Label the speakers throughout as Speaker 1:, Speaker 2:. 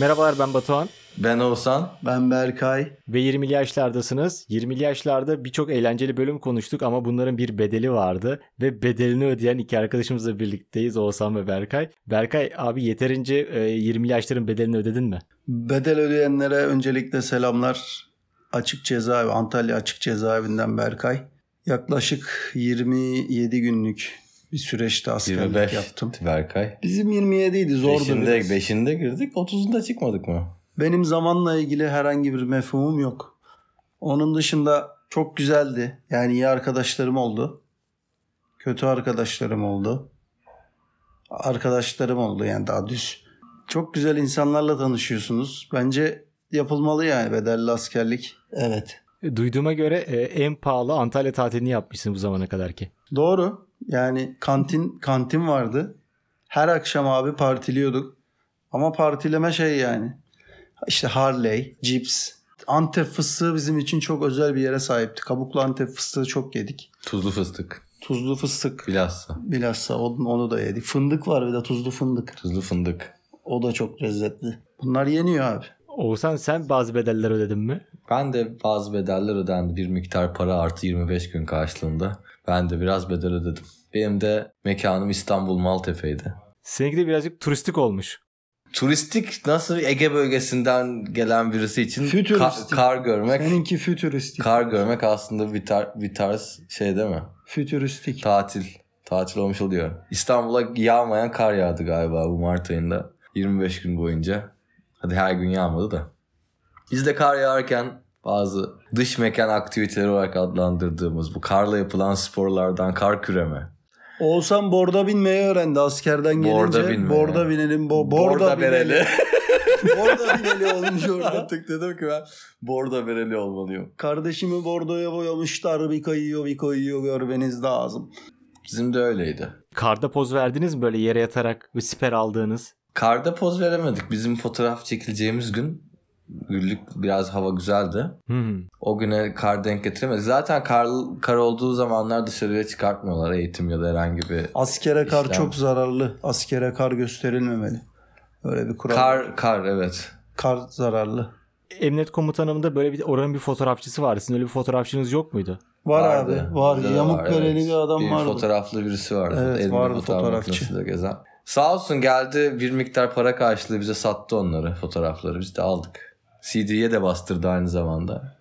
Speaker 1: Merhabalar ben Batuhan
Speaker 2: Ben Oğuzhan.
Speaker 3: Ben Berkay.
Speaker 1: ve 20'li yaşlardasınız. 20'li yaşlarda birçok eğlenceli bölüm konuştuk ama bunların bir bedeli vardı ve bedelini ödeyen iki arkadaşımızla birlikteyiz Oğuzhan ve Berkay. Berkay abi yeterince e, 20'li yaşların bedelini ödedin mi?
Speaker 3: Bedel ödeyenlere öncelikle selamlar. Açık cezaevi, Antalya Açık Cezaevinden Berkay. Yaklaşık 27 günlük bir süreçte askerlik
Speaker 2: 25
Speaker 3: yaptım.
Speaker 2: Berkay.
Speaker 3: Bizim 27 idi zordu
Speaker 2: beşinde,
Speaker 3: biraz.
Speaker 2: beşinde girdik 30'unda çıkmadık mı?
Speaker 3: Benim zamanla ilgili herhangi bir mefhumum yok. Onun dışında çok güzeldi. Yani iyi arkadaşlarım oldu. Kötü arkadaşlarım oldu. Arkadaşlarım oldu yani daha düz. Çok güzel insanlarla tanışıyorsunuz. Bence yapılmalı yani bedelli askerlik. Evet.
Speaker 1: E, Duyduğuma göre e, en pahalı Antalya tatilini yapmışsın bu zamana kadar ki.
Speaker 3: Doğru. Yani kantin kantin vardı. Her akşam abi partiliyorduk. Ama partileme şey yani. İşte Harley, cips. Antep fıstığı bizim için çok özel bir yere sahipti. Kabuklu Antep fıstığı çok yedik.
Speaker 2: Tuzlu fıstık.
Speaker 3: Tuzlu fıstık
Speaker 2: Bilhassa.
Speaker 3: bilhassa onu, onu da yedik. Fındık var bir de tuzlu fındık.
Speaker 2: Tuzlu fındık.
Speaker 3: O da çok lezzetli. Bunlar yeniyor abi.
Speaker 1: Oğuzhan sen bazı bedeller ödedin mi?
Speaker 2: Ben de bazı bedeller ödendi. Bir miktar para artı 25 gün karşılığında. Ben de biraz bedel ödedim. Benim de mekanım İstanbul Maltepe'ydi.
Speaker 1: Seninki de birazcık turistik olmuş.
Speaker 2: Turistik nasıl Ege bölgesinden gelen birisi için ka-
Speaker 3: Fütüristik.
Speaker 2: kar görmek
Speaker 3: Benimki fütüristik.
Speaker 2: kar görmek aslında bir, tar- bir tarz şey değil mi?
Speaker 3: fütüristik.
Speaker 2: Tatil. Tatil olmuş oluyor. İstanbul'a yağmayan kar yağdı galiba bu Mart ayında. 25 gün boyunca. Hadi her gün yağmadı da. Biz de kar yağarken bazı dış mekan aktiviteleri olarak adlandırdığımız bu karla yapılan sporlardan kar küreme.
Speaker 3: Oğuzhan borda binmeyi öğrendi askerden gelince.
Speaker 2: Borda
Speaker 3: Borda,
Speaker 2: binme.
Speaker 3: binelim. Bo- borda,
Speaker 2: borda
Speaker 3: binelim.
Speaker 2: bereli.
Speaker 3: borda bineli olmuş orada.
Speaker 2: Artık dedim ki ben borda bereli olmalıyım.
Speaker 3: Kardeşimi bordoya boyamışlar bir kayıyor bir kayıyor görmeniz lazım.
Speaker 2: Bizim de öyleydi.
Speaker 1: Karda poz verdiniz mi böyle yere yatarak ve siper aldığınız?
Speaker 2: Karda poz veremedik. Bizim fotoğraf çekileceğimiz gün güllük biraz hava güzeldi.
Speaker 1: Hmm.
Speaker 2: O güne kar denk getiremedi. Zaten kar, kar olduğu zamanlar dışarıya çıkartmıyorlar eğitim ya da herhangi bir...
Speaker 3: Askere kar
Speaker 2: İşte.
Speaker 3: çok zararlı. Askere kar gösterilmemeli. Öyle bir kural.
Speaker 2: Kar,
Speaker 3: Kar,
Speaker 2: kar evet.
Speaker 3: zararlı.
Speaker 1: Emniyet komutanımda böyle bir oranın bir fotoğrafçısı vardı. Sizin öyle bir fotoğrafçınız yok muydu?
Speaker 3: Var
Speaker 2: Vardı.
Speaker 3: abi. Var.
Speaker 2: Bizde de
Speaker 3: Yamuk
Speaker 2: var,
Speaker 3: bereli
Speaker 2: evet.
Speaker 3: bir adam
Speaker 2: bir
Speaker 3: vardı.
Speaker 2: fotoğraflı birisi vardı.
Speaker 3: Evet,
Speaker 2: Elinde
Speaker 3: vardı
Speaker 2: fotoğraf
Speaker 3: fotoğrafçı.
Speaker 2: makinesiyle gezen. Sağ olsun geldi bir miktar para karşılığı bize sattı onları fotoğrafları. Biz de aldık. CD'ye de bastırdı aynı zamanda.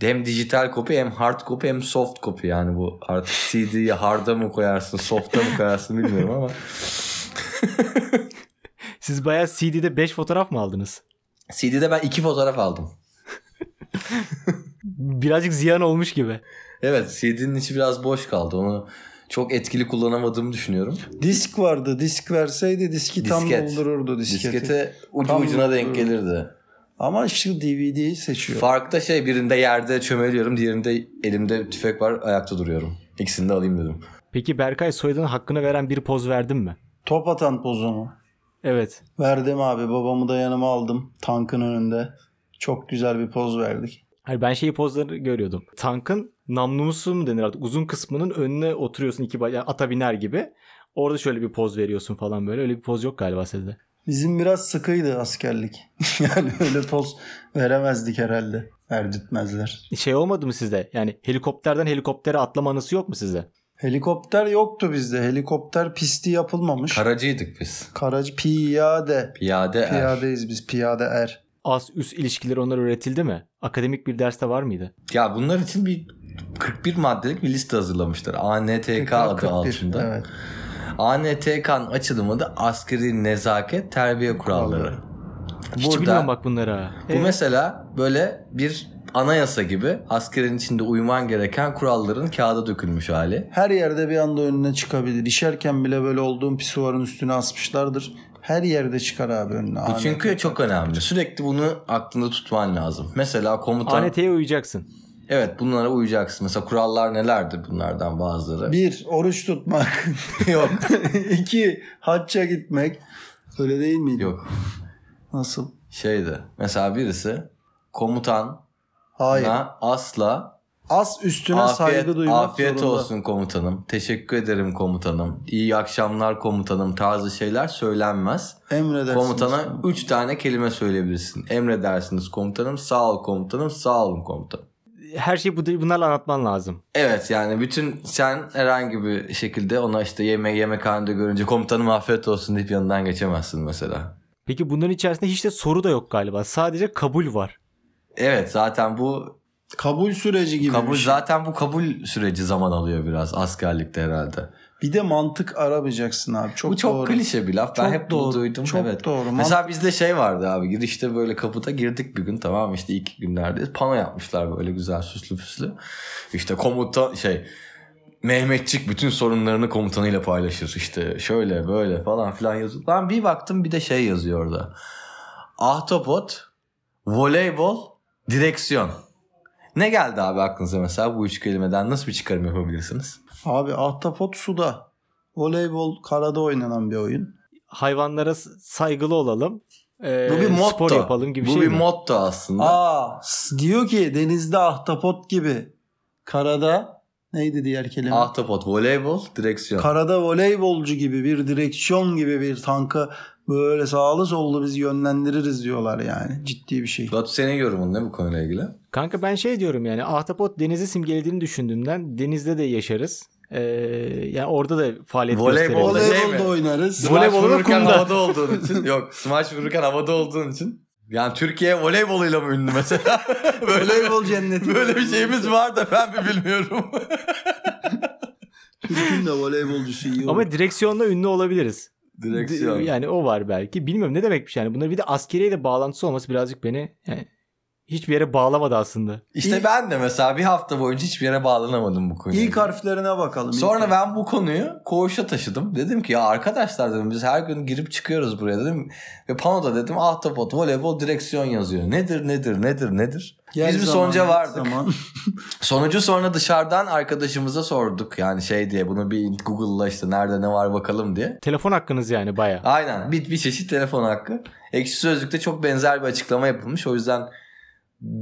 Speaker 2: Hem dijital kopya hem hard kopya hem soft kopya yani bu artık CD'yi hard'a mı koyarsın soft'a mı koyarsın bilmiyorum ama
Speaker 1: Siz bayağı CD'de 5 fotoğraf mı aldınız?
Speaker 2: CD'de ben iki fotoğraf aldım.
Speaker 1: Birazcık ziyan olmuş gibi.
Speaker 2: Evet CD'nin içi biraz boş kaldı. Onu çok etkili kullanamadığımı düşünüyorum.
Speaker 3: Disk vardı. Disk verseydi diski tam
Speaker 2: Disket.
Speaker 3: doldururdu disketi.
Speaker 2: Diskete ucu
Speaker 3: Tam
Speaker 2: ucuna denk
Speaker 3: doğru.
Speaker 2: gelirdi.
Speaker 3: Ama işte DVD'yi seçiyor.
Speaker 2: Fark da şey birinde yerde çömeliyorum diğerinde elimde tüfek var ayakta duruyorum. İkisini de alayım dedim.
Speaker 1: Peki Berkay Soydan'ın hakkını veren bir poz verdin mi?
Speaker 3: Top atan pozumu.
Speaker 1: Evet.
Speaker 3: Verdim abi. Babamı da yanıma aldım. Tankın önünde. Çok güzel bir poz verdik.
Speaker 1: Hayır ben şeyi pozları görüyordum. Tankın namlusu mu denir artık? Uzun kısmının önüne oturuyorsun iki bacağı ata biner gibi. Orada şöyle bir poz veriyorsun falan böyle. Öyle bir poz yok galiba sizde.
Speaker 3: Bizim biraz sıkıydı askerlik. yani öyle poz veremezdik herhalde. Verdirtmezler.
Speaker 1: Şey olmadı mı sizde? Yani helikopterden helikoptere atlama anısı yok mu sizde?
Speaker 3: Helikopter yoktu bizde. Helikopter pisti yapılmamış.
Speaker 2: Karacıydık biz.
Speaker 3: Karacı piyade.
Speaker 2: Piyade, er.
Speaker 3: Piyadeyiz biz piyade er.
Speaker 1: Az üst ilişkileri onlar öğretildi mi? Akademik bir derste var mıydı?
Speaker 2: Ya bunlar için bir 41 maddelik bir liste hazırlamışlar. ANTK adı
Speaker 3: 41,
Speaker 2: altında.
Speaker 3: Evet.
Speaker 2: ANTK'nın açılımı da askeri nezaket terbiye kuralları.
Speaker 1: Hiç
Speaker 2: Burada-
Speaker 1: bilmiyorum bak bunlara.
Speaker 3: Ee?
Speaker 2: Bu mesela böyle bir anayasa gibi askerin içinde uyman gereken kuralların kağıda dökülmüş hali.
Speaker 3: Her yerde bir anda önüne çıkabilir. İşerken bile böyle olduğum pisuvarın üstüne asmışlardır. Her yerde çıkar abi önüne.
Speaker 2: Bu çünkü çok önemli. Sürekli bunu aklında tutman lazım. Mesela komutan
Speaker 1: ANT'ye uyacaksın.
Speaker 2: Evet bunlara uyacaksın. Mesela kurallar nelerdir bunlardan bazıları?
Speaker 3: Bir, oruç tutmak.
Speaker 2: Yok.
Speaker 3: İki, hacca gitmek. Öyle değil miydi?
Speaker 2: Yok.
Speaker 3: Nasıl?
Speaker 2: Şeydi. Mesela birisi komutanla
Speaker 3: Hayır.
Speaker 2: asla
Speaker 3: Az üstüne saygı duymak
Speaker 2: afiyet
Speaker 3: zorunda.
Speaker 2: olsun komutanım. Teşekkür ederim komutanım. İyi akşamlar komutanım tarzı şeyler söylenmez.
Speaker 3: Emredersiniz.
Speaker 2: Komutana 3 tane kelime söyleyebilirsin. Emredersiniz komutanım, sağ ol komutanım, sağ olun komutanım.
Speaker 1: Her şeyi bu- bunlarla anlatman lazım.
Speaker 2: Evet yani bütün sen herhangi bir şekilde ona işte yemek yemekhanede görünce komutanım afiyet olsun deyip yanından geçemezsin mesela.
Speaker 1: Peki bunların içerisinde hiç de soru da yok galiba. Sadece kabul var.
Speaker 2: Evet zaten bu
Speaker 3: Kabul süreci gibi
Speaker 2: kabul
Speaker 3: bir şey.
Speaker 2: zaten bu kabul süreci zaman alıyor biraz askerlikte herhalde.
Speaker 3: Bir de mantık aramayacaksın abi. Çok
Speaker 2: bu çok
Speaker 3: doğru.
Speaker 2: klişe bir laf. Ben
Speaker 3: Çok
Speaker 2: hep bunu
Speaker 3: doğru,
Speaker 2: duydum.
Speaker 3: Çok
Speaker 2: evet.
Speaker 3: doğru. Mesela...
Speaker 2: Mesela bizde şey vardı abi girişte böyle kapıda girdik bir gün tamam mı? işte ilk günlerde pano yapmışlar böyle güzel süslü püslü. İşte komuta şey Mehmetçik bütün sorunlarını komutanıyla paylaşır işte şöyle böyle falan filan yazıyor. Ben bir baktım bir de şey yazıyor orada. Ahtapot, voleybol, direksiyon. Ne geldi abi aklınıza mesela bu üç kelimeden nasıl bir çıkarım yapabilirsiniz?
Speaker 3: Abi ahtapot suda. Voleybol karada oynanan bir oyun.
Speaker 1: Hayvanlara s- saygılı olalım. Ee,
Speaker 2: bu bir motto.
Speaker 1: Spor yapalım gibi
Speaker 2: bu
Speaker 1: şey
Speaker 2: bir
Speaker 1: mi?
Speaker 2: motto aslında.
Speaker 3: Aa s- diyor ki denizde ahtapot gibi. Karada neydi diğer kelime?
Speaker 2: Ahtapot, voleybol, direksiyon.
Speaker 3: Karada voleybolcu gibi bir direksiyon gibi bir tankı böyle sağlı sollu bizi yönlendiririz diyorlar yani. Ciddi bir şey.
Speaker 2: Batu senin yorumun ne bu konuyla ilgili?
Speaker 1: Kanka ben şey diyorum yani ahtapot denizi simgelediğini düşündüğümden denizde de yaşarız. Ee, yani orada da faaliyet
Speaker 2: Voleybol-
Speaker 1: gösterebiliriz.
Speaker 2: Voley-
Speaker 3: Voleybol
Speaker 2: Şey mi?
Speaker 3: da oynarız.
Speaker 1: Voley- Voleybol olarak
Speaker 2: vururken
Speaker 1: kumda.
Speaker 2: havada olduğun için. Yok smaç vururken havada olduğun için. Yani Türkiye voleyboluyla mı ünlü mesela? böyle,
Speaker 3: Voleybol cenneti.
Speaker 2: böyle bir şeyimiz var da ben mi bilmiyorum.
Speaker 3: Türk'ün de voleybolcusu iyi olur.
Speaker 1: Ama direksiyonla ünlü olabiliriz.
Speaker 2: Direksiyon.
Speaker 1: Di- Yani o var belki. Bilmiyorum ne demekmiş yani. Bunların bir de askeriye de bağlantısı olması birazcık beni yani hiçbir yere bağlamadı aslında.
Speaker 2: İşte ben de mesela bir hafta boyunca hiçbir yere bağlanamadım bu konuya.
Speaker 3: İlk harflerine bakalım. İlk
Speaker 2: Sonra ben bu konuyu koğuşa taşıdım. Dedim ki ya arkadaşlar dedim biz her gün girip çıkıyoruz buraya dedim. Ve panoda dedim ahtapot, voleybol, direksiyon yazıyor. Nedir nedir nedir nedir?
Speaker 3: Gel
Speaker 2: biz bir
Speaker 3: zaman,
Speaker 2: sonuca
Speaker 3: git
Speaker 2: vardık.
Speaker 3: zaman.
Speaker 2: Sonucu sonra dışarıdan arkadaşımıza sorduk. Yani şey diye bunu bir Google'la işte nerede ne var bakalım diye.
Speaker 1: Telefon hakkınız yani baya.
Speaker 2: Aynen bir, bir çeşit telefon hakkı. Ekşi Sözlük'te çok benzer bir açıklama yapılmış. O yüzden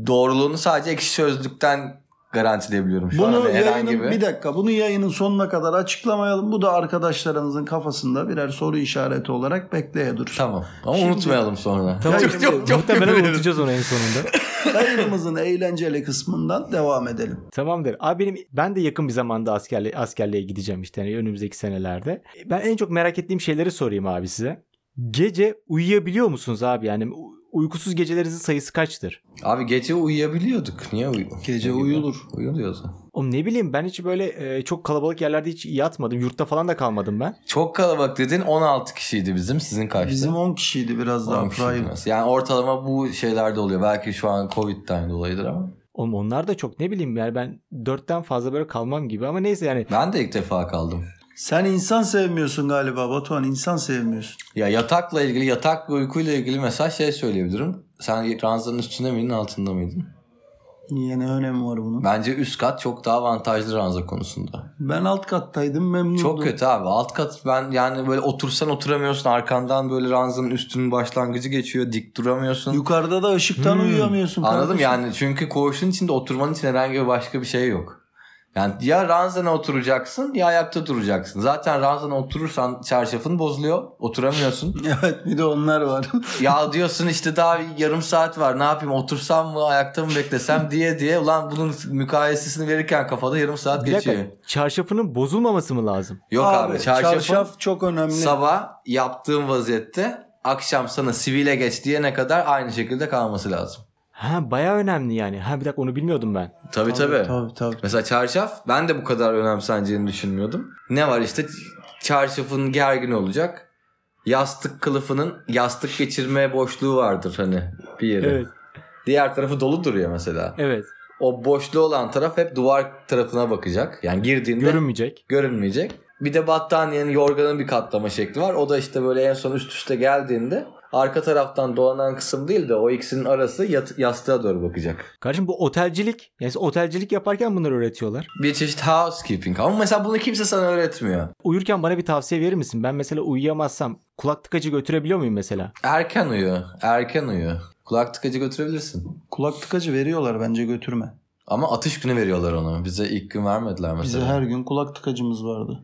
Speaker 2: doğruluğunu sadece Ekşi Sözlük'ten garantileyebiliyorum şu an.
Speaker 3: Bunu
Speaker 2: Hani herhangi
Speaker 3: yayının,
Speaker 2: bir...
Speaker 3: bir dakika bunu yayının sonuna kadar açıklamayalım. Bu da arkadaşlarınızın kafasında birer soru işareti olarak bekleye dursun.
Speaker 2: Tamam ama
Speaker 3: Şimdi-
Speaker 2: unutmayalım sonra.
Speaker 1: Tamam.
Speaker 2: Çok, çok, çok
Speaker 1: Muhtemelen
Speaker 2: kötü.
Speaker 1: unutacağız onu en sonunda.
Speaker 3: Yayınımızın eğlenceli kısmından devam edelim.
Speaker 1: Tamamdır. Abi benim ben de yakın bir zamanda askerli, askerliğe gideceğim işte yani önümüzdeki senelerde. Ben en çok merak ettiğim şeyleri sorayım abi size. Gece uyuyabiliyor musunuz abi? Yani u- uykusuz gecelerinizin sayısı kaçtır?
Speaker 2: Abi gece uyuyabiliyorduk. Niye uyuyor?
Speaker 3: Gece uyulur.
Speaker 2: Uyuluyordu.
Speaker 1: Oğlum ne bileyim ben hiç böyle e, çok kalabalık yerlerde hiç yatmadım. Yurtta falan da kalmadım ben.
Speaker 2: Çok kalabalık dedin 16 kişiydi bizim. Sizin kaçtı?
Speaker 3: Bizim 10 kişiydi biraz daha
Speaker 2: Olan bir şey
Speaker 3: private.
Speaker 2: bilmez. Yani ortalama bu şeylerde oluyor. Belki şu an Covid'den dolayıdır ama.
Speaker 1: Oğlum onlar da çok ne bileyim yani ben dörtten fazla böyle kalmam gibi ama neyse yani
Speaker 2: Ben de ilk defa kaldım.
Speaker 3: Sen insan sevmiyorsun galiba Batuhan insan sevmiyorsun.
Speaker 2: Ya yatakla ilgili, yatak ve uykuyla ilgili mesela şey söyleyebilirim. Sen ranzanın üstünde miydin, altında mıydın?
Speaker 3: Niye ne önemi var bunun? Ben,
Speaker 2: Bence üst kat çok daha avantajlı ranza konusunda.
Speaker 3: alt kattaydım memnundum.
Speaker 2: Çok kötü abi. Alt kat ben yani böyle otursan oturamıyorsun. Arkandan böyle ranzanın üstünün başlangıcı geçiyor. Dik duramıyorsun.
Speaker 3: Yukarıda da ışıktan
Speaker 1: Hmm.
Speaker 3: uyuyamıyorsun.
Speaker 2: Anladım
Speaker 3: kardeşim.
Speaker 2: yani çünkü koğuşun içinde oturmanın için herhangi bir başka bir şey yok. Yani ya ranzana oturacaksın ya ayakta duracaksın. Zaten ranzana oturursan çarşafın bozuluyor. Oturamıyorsun.
Speaker 3: Evet bir de onlar var.
Speaker 2: ya diyorsun işte daha yarım saat var ne yapayım otursam mı ayakta mı beklesem diye diye. Ulan bunun mükayesesini verirken kafada yarım saat
Speaker 1: bir dakika,
Speaker 2: geçiyor.
Speaker 1: çarşafının bozulmaması mı lazım?
Speaker 2: Yok abi, çarşafın
Speaker 3: çarşaf çok önemli.
Speaker 2: sabah yaptığın vaziyette akşam sana sivile geç diyene kadar aynı şekilde kalması lazım.
Speaker 1: Ha baya önemli yani. Ha bir dakika onu bilmiyordum ben.
Speaker 2: Tabii tabii.
Speaker 3: Tabii tabii.
Speaker 2: Mesela çarşaf ben de bu kadar önemseneceğini düşünmüyordum. Ne var işte çarşafın gergin olacak. Yastık kılıfının yastık geçirme boşluğu vardır hani bir yere.
Speaker 1: Evet.
Speaker 2: Diğer tarafı dolu duruyor mesela.
Speaker 1: Evet.
Speaker 2: O boşluğu olan taraf hep duvar tarafına bakacak. Yani girdiğinde
Speaker 1: Görünmeyecek.
Speaker 2: görünmeyecek. Bir de battaniyenin yorganın bir katlama şekli var. O da işte böyle en son üst üste geldiğinde arka taraftan dolanan kısım değil de o ikisinin arası yat- yastığa doğru bakacak.
Speaker 1: Kardeşim bu otelcilik. Yani otelcilik yaparken bunları öğretiyorlar.
Speaker 2: Bir çeşit housekeeping ama mesela bunu kimse sana öğretmiyor.
Speaker 1: Uyurken bana bir tavsiye verir misin? Ben mesela uyuyamazsam kulak tıkacı götürebiliyor muyum mesela?
Speaker 2: Erken uyu. Erken uyu. Kulak tıkacı götürebilirsin.
Speaker 3: Kulak tıkacı veriyorlar bence götürme.
Speaker 2: Ama atış günü veriyorlar onu. Bize ilk gün vermediler mesela.
Speaker 3: Bize
Speaker 2: Bize,
Speaker 3: her gün kulak tıkacımız vardı.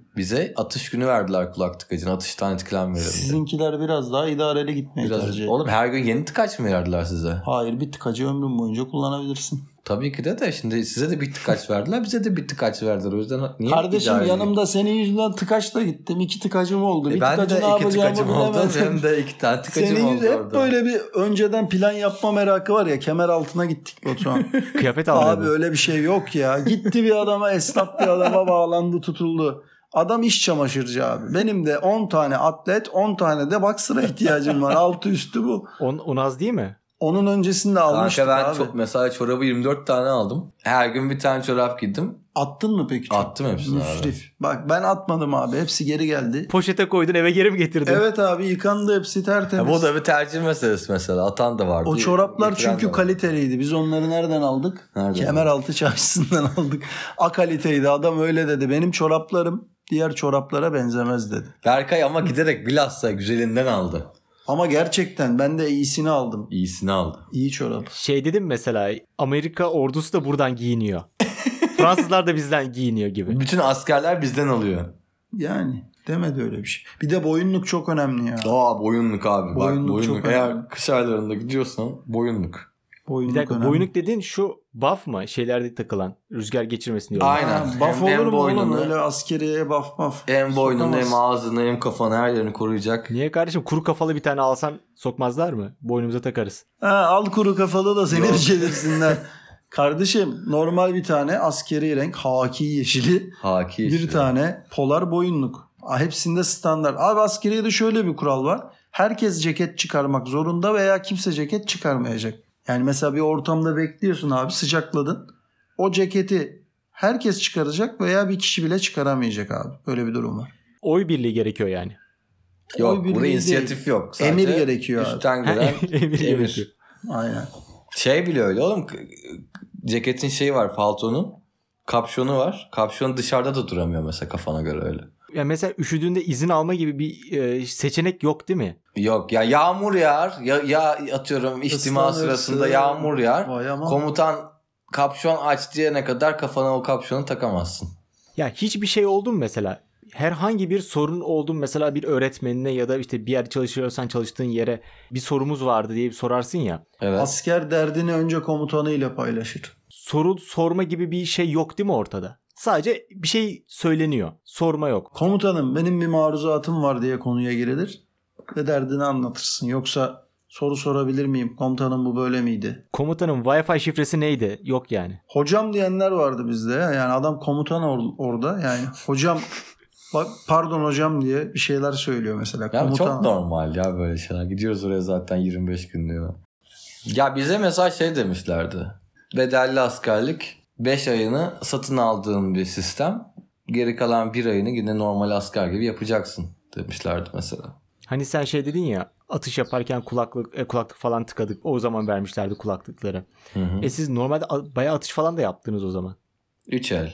Speaker 2: atış günü verdiler kulak tıkacını. Atıştan etkilenmeyelim diye.
Speaker 3: Sizinkiler biraz daha idareli gitmeyi tercih
Speaker 2: Biraz,
Speaker 3: etti.
Speaker 2: oğlum her gün yeni tıkaç mı verdiler size?
Speaker 3: Hayır bir tıkacı ömrün boyunca kullanabilirsin.
Speaker 2: Tabii ki de de şimdi size de bir tıkaç verdiler. Bize de bir tıkaç verdiler. O yüzden niye
Speaker 3: Kardeşim
Speaker 2: idare edeyim?
Speaker 3: yanımda senin yüzünden tıkaçla gittim. İki tıkacım oldu.
Speaker 2: E,
Speaker 3: Bir
Speaker 2: ben de
Speaker 3: tıkacı ne
Speaker 2: iki
Speaker 3: yapacağımı
Speaker 2: tıkacım oldu.
Speaker 3: bilemedim.
Speaker 2: Benim de iki tane tıkacım
Speaker 3: Senin
Speaker 2: oldu
Speaker 3: gibi hep
Speaker 2: orada.
Speaker 3: böyle bir önceden plan yapma merakı var ya kemer altına gittik Batuhan.
Speaker 1: Kıyafet
Speaker 3: Abi
Speaker 1: aldı.
Speaker 3: öyle bir şey yok ya. Gitti bir adama esnaf bir adama bağlandı tutuldu. Adam iş çamaşırcı abi. Benim de 10 tane atlet 10 tane de baksıra ihtiyacım var. Altı üstü bu.
Speaker 1: On, on az değil mi?
Speaker 3: Onun öncesinde almıştık
Speaker 2: Kanka ben
Speaker 3: abi.
Speaker 2: çok- mesela çorabı 24 tane aldım. Her gün bir tane çorap giydim.
Speaker 3: Attın mı peki? çok?
Speaker 2: Attım hepsini abi.
Speaker 3: Müsrif. Bak ben atmadım abi. Hepsi geri geldi.
Speaker 1: Poşete koydun eve geri mi getirdin?
Speaker 3: Evet abi yıkandı hepsi tertemiz.
Speaker 2: Ya bu da bir tercih meselesi mesela. Atan da vardı.
Speaker 3: O çoraplar
Speaker 2: getiren de
Speaker 3: çünkü
Speaker 2: vardı.
Speaker 3: kaliteliydi. Biz onları nereden aldık?
Speaker 2: Nereden
Speaker 3: Kemeraltı çarşısından aldık. A kaliteydi. Adam öyle dedi. Benim çoraplarım diğer çoraplara benzemez dedi.
Speaker 2: Berkay ama giderek bilhassa güzelinden aldı.
Speaker 3: Ama gerçekten ben de iyisini aldım.
Speaker 2: İyisini aldı.
Speaker 3: İyi çorap.
Speaker 1: Şey dedim mesela Amerika ordusu da buradan giyiniyor. Fransızlar da bizden giyiniyor gibi.
Speaker 2: Bütün askerler bizden alıyor.
Speaker 3: Yani demedi öyle bir şey. Bir de boyunluk çok önemli ya.
Speaker 2: Aa boyunluk abi.
Speaker 3: Boyunluk
Speaker 2: Bak boyunluk.
Speaker 3: çok önemli.
Speaker 2: Eğer kış aylarında gidiyorsan boyunluk.
Speaker 3: Boyunluk
Speaker 1: Bir dakika
Speaker 3: önemli.
Speaker 1: boyunluk dediğin şu buff mı? Şeylerde takılan. Rüzgar geçirmesin diyorlar.
Speaker 2: Aynen.
Speaker 3: Ha, Baf
Speaker 2: Hem-
Speaker 3: olur
Speaker 2: hem
Speaker 3: mu oğlum?
Speaker 2: boynunu-
Speaker 3: Öyle askeriye baf baf.
Speaker 2: Hem boynunu
Speaker 3: Sokamaz.
Speaker 2: hem ağzını hem kafanı her yerini koruyacak.
Speaker 1: Niye kardeşim kuru kafalı bir tane alsam sokmazlar mı? Boynumuza takarız.
Speaker 3: Ha, al kuru kafalı da seni
Speaker 2: Yok.
Speaker 3: bir çevirsinler. Kardeşim normal bir tane askeri renk haki yeşili.
Speaker 2: Haki
Speaker 3: Bir
Speaker 2: işte.
Speaker 3: tane polar boyunluk. Aa, Hepsinde standart. Abi askeriyede şöyle bir kural var. Herkes ceket çıkarmak zorunda veya kimse ceket çıkarmayacak. Yani mesela bir ortamda bekliyorsun abi sıcakladın. O ceketi herkes çıkaracak veya bir kişi bile çıkaramayacak abi. Böyle bir durum var.
Speaker 1: Oy birliği gerekiyor yani.
Speaker 2: Yok
Speaker 3: Oy birliği
Speaker 2: burada
Speaker 3: değil.
Speaker 2: inisiyatif yok.
Speaker 3: Emir
Speaker 2: Sadece
Speaker 3: gerekiyor abi.
Speaker 2: Üstten gelen
Speaker 1: Emir gerekiyor.
Speaker 2: emir.
Speaker 3: Aynen.
Speaker 2: Şey bile öyle oğlum. k- Ceketin şeyi var paltonun. Kapşonu var. Kapşon dışarıda da duramıyor mesela kafana göre öyle.
Speaker 1: Ya mesela üşüdüğünde izin alma gibi bir e, seçenek yok değil mi?
Speaker 2: Yok ya yağmur yağar. Ya, ya atıyorum içtima
Speaker 3: Islanırsın.
Speaker 2: sırasında yağmur yağar.
Speaker 3: Vay ama.
Speaker 2: Komutan kapşon aç diyene kadar kafana o kapşonu takamazsın.
Speaker 1: Ya hiçbir şey oldu mu mesela? Herhangi bir sorun oldu mu mesela bir öğretmenine ya da işte bir yer çalışıyorsan çalıştığın yere bir sorumuz vardı diye bir sorarsın ya.
Speaker 2: Evet.
Speaker 3: Asker derdini önce komutanıyla paylaşır.
Speaker 1: Soru sorma gibi bir şey yok değil mi ortada? Sadece bir şey söyleniyor. Sorma yok.
Speaker 3: Komutanım benim bir maruzatım var diye konuya girilir ve derdini anlatırsın. Yoksa soru sorabilir miyim? Komutanım bu böyle miydi?
Speaker 1: Komutanın Wi-Fi şifresi neydi? Yok yani.
Speaker 3: Hocam diyenler vardı bizde ya. Yani adam komutan or- orada. Yani hocam bak pardon hocam diye bir şeyler söylüyor mesela.
Speaker 2: Ya
Speaker 3: komutan.
Speaker 2: çok normal ya böyle şeyler. Gidiyoruz oraya zaten 25 günlüğüne. Ya bize mesela şey demişlerdi. Bedelli askerlik 5 ayını satın aldığın bir sistem. Geri kalan bir ayını yine normal asker gibi yapacaksın demişlerdi mesela.
Speaker 1: Hani sen şey dedin ya atış yaparken kulaklık e, kulaklık falan tıkadık. O zaman vermişlerdi kulaklıkları.
Speaker 2: Hı hı.
Speaker 1: E siz normalde a- bayağı atış falan da yaptınız o zaman.
Speaker 2: Üç el.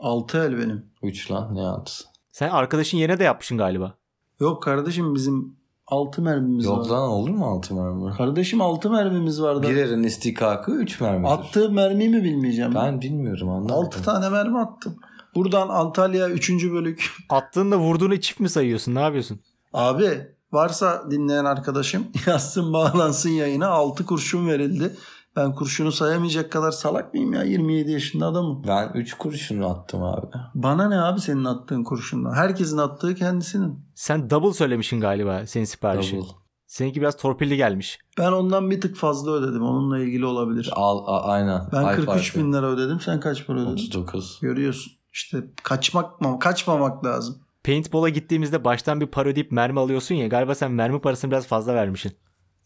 Speaker 3: Altı el benim.
Speaker 2: Üç lan ne at?
Speaker 1: Sen arkadaşın yerine de yapmışsın galiba.
Speaker 3: Yok kardeşim bizim altı mermimiz var.
Speaker 2: Yok lan olur mu altı mermi?
Speaker 3: Kardeşim altı mermimiz vardı.
Speaker 2: Birerin istikakı 3 mermidir.
Speaker 3: Attığı mermi mi bilmeyeceğim.
Speaker 2: Ben bilmiyorum anlamadım.
Speaker 3: 6 tane mermi attım. Buradan Antalya 3. bölük.
Speaker 1: Attığınla vurduğunu çift mi sayıyorsun? Ne yapıyorsun?
Speaker 3: Abi varsa dinleyen arkadaşım yazsın bağlansın yayına 6 kurşun verildi. Ben kurşunu sayamayacak kadar salak mıyım ya 27 yaşında adamım.
Speaker 2: Ben 3 kurşunu attım abi.
Speaker 3: Bana ne abi senin attığın kurşundan? Herkesin attığı kendisinin.
Speaker 1: Sen double söylemişsin galiba senin siparişi.
Speaker 3: şey.
Speaker 2: Double.
Speaker 1: Seninki biraz torpilli gelmiş.
Speaker 3: Ben ondan bir tık fazla ödedim. Onunla ilgili olabilir.
Speaker 2: Al, a- aynen.
Speaker 3: Ben
Speaker 2: Ay
Speaker 3: 43
Speaker 2: farkı.
Speaker 3: bin lira ödedim. Sen kaç para ödedin?
Speaker 2: 39.
Speaker 3: Görüyorsun. İşte kaçmak, kaçmamak lazım.
Speaker 1: Paintball'a gittiğimizde baştan bir para ödeyip mermi alıyorsun ya. Galiba sen mermi parasını biraz fazla vermişsin.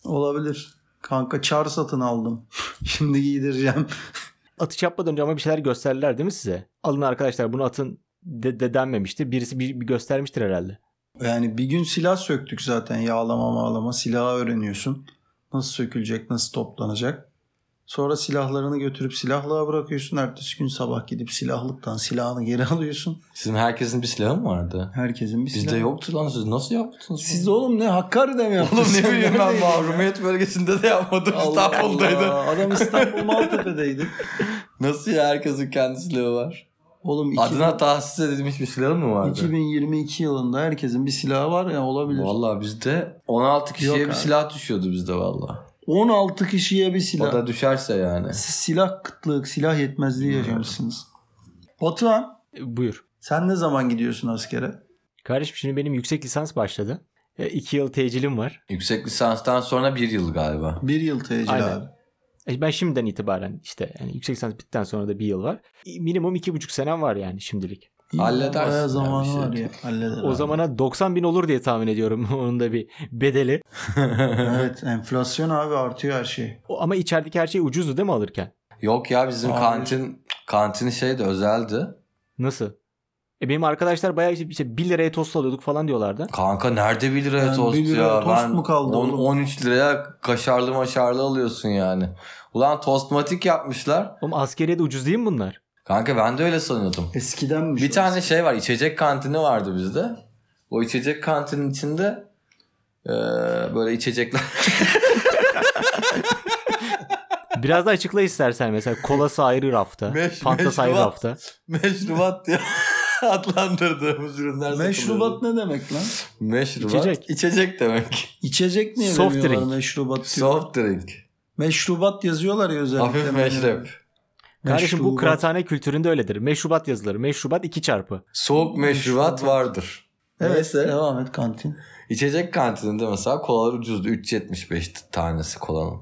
Speaker 3: Olabilir. Kanka çar satın aldım. Şimdi giydireceğim.
Speaker 1: Atış yapmadan önce ama bir şeyler gösterdiler değil mi size? Alın arkadaşlar bunu atın de, de denmemişti. Birisi bir, bir göstermiştir herhalde.
Speaker 3: Yani bir gün silah söktük zaten yağlama mağlama silahı öğreniyorsun. Nasıl sökülecek nasıl toplanacak. Sonra silahlarını götürüp silahlığa bırakıyorsun. Ertesi gün sabah gidip silahlıktan silahını geri alıyorsun.
Speaker 2: Sizin herkesin bir silahı mı vardı?
Speaker 3: Herkesin bir silahı.
Speaker 2: Bizde yoktu lan siz nasıl yaptınız?
Speaker 3: Siz oğlum ne Hakkari'de mi yaptınız?
Speaker 2: Oğlum ne
Speaker 3: Sen
Speaker 2: bileyim ben
Speaker 3: neredeydin ya?
Speaker 2: mahrumiyet bölgesinde de yapmadım
Speaker 3: Allah
Speaker 2: İstanbul'daydı.
Speaker 3: Allah. Adam İstanbul Maltepe'deydi.
Speaker 2: Nasıl ya herkesin kendi silahı var?
Speaker 3: Oğlum iki-
Speaker 2: Adına tahsis edilmiş bir silahı mı vardı?
Speaker 3: 2022 yılında herkesin bir silahı var ya olabilir.
Speaker 2: Valla bizde 16 kişiye
Speaker 3: Yok
Speaker 2: bir
Speaker 3: abi.
Speaker 2: silah düşüyordu bizde valla.
Speaker 3: 16 kişiye bir
Speaker 2: O
Speaker 3: silah.
Speaker 2: da düşerse yani.
Speaker 3: Siz silah kıtlığı, silah
Speaker 2: Hmm.
Speaker 3: yetmezliği yaşamışsınız. Batuhan
Speaker 1: E, Buyur.
Speaker 3: sen ne zaman gidiyorsun askere?
Speaker 1: Kardeşim şimdi benim yüksek lisans başladı. E, iki yıl tecilim var.
Speaker 2: Yüksek lisanstan sonra bir yıl galiba.
Speaker 3: Bir yıl tecil
Speaker 1: Aynen.
Speaker 3: abi.
Speaker 1: E, Ben şimdiden itibaren işte yani yüksek lisans bittikten sonra da bir yıl var. E, Minimum iki buçuk senem var yani şimdilik.
Speaker 3: İyi,
Speaker 2: Halledersin ya
Speaker 3: Bayağı
Speaker 2: bir
Speaker 3: zamanı
Speaker 2: şey.
Speaker 3: var ya. Halleder
Speaker 1: O
Speaker 3: abi.
Speaker 1: zamana 90 bin olur diye tahmin ediyorum onun da bir bedeli.
Speaker 3: Evet enflasyon abi artıyor her şey.
Speaker 1: O- Ama içerideki her şey ucuzdu değil mi alırken?
Speaker 2: Yok ya bizim
Speaker 3: Abi.
Speaker 2: kantin kantin şey de özeldi.
Speaker 1: Nasıl? E benim arkadaşlar bayağı işte, işte 1 liraya tost alıyorduk falan diyorlardı.
Speaker 2: Kanka nerede 1 liraya
Speaker 3: Yani
Speaker 2: tost
Speaker 3: bir liraya
Speaker 2: ya?
Speaker 3: tost
Speaker 2: ben
Speaker 3: mu kaldı oğlum?
Speaker 2: 13 liraya kaşarlı maşarlı alıyorsun yani. Ulan tostmatik yapmışlar.
Speaker 1: Oğlum askeriye de ucuz değil mi bunlar?
Speaker 2: Kanka ben de öyle sanıyordum.
Speaker 3: Eskidenmiş.
Speaker 2: Bir
Speaker 3: o
Speaker 2: tane şey var içecek kantini vardı bizde. O içecek kantinin içinde eee, böyle içecekler.
Speaker 1: Biraz da açıkla istersen mesela kolası ayrı rafta,
Speaker 2: Meş-
Speaker 1: fantası ayrı
Speaker 2: meşrubat.
Speaker 1: rafta.
Speaker 2: Meşrubat diye adlandırdığımız ürünler satılıyordu.
Speaker 3: Meşrubat ne demek lan?
Speaker 2: Meşrubat.
Speaker 1: İçecek.
Speaker 2: İçecek demek.
Speaker 3: İçecek niye
Speaker 1: Soft
Speaker 3: veriyorlar
Speaker 1: drink.
Speaker 3: meşrubat diyor.
Speaker 2: Soft drink.
Speaker 3: Meşrubat yazıyorlar ya özellikle. Hani
Speaker 2: Hafif meşrep.
Speaker 1: Kardeşim bu
Speaker 3: Meşrubat.
Speaker 1: kıraathane kültüründe öyledir. Meşrubat yazılır. Meşrubat iki çarpı.
Speaker 2: Soğuk meşrubat vardır.
Speaker 3: Evet
Speaker 2: Neyse.
Speaker 3: devam et kantin.
Speaker 2: İçecek kantininde mesela kolalar ucuzdu. 3.75 tanesi kolanın.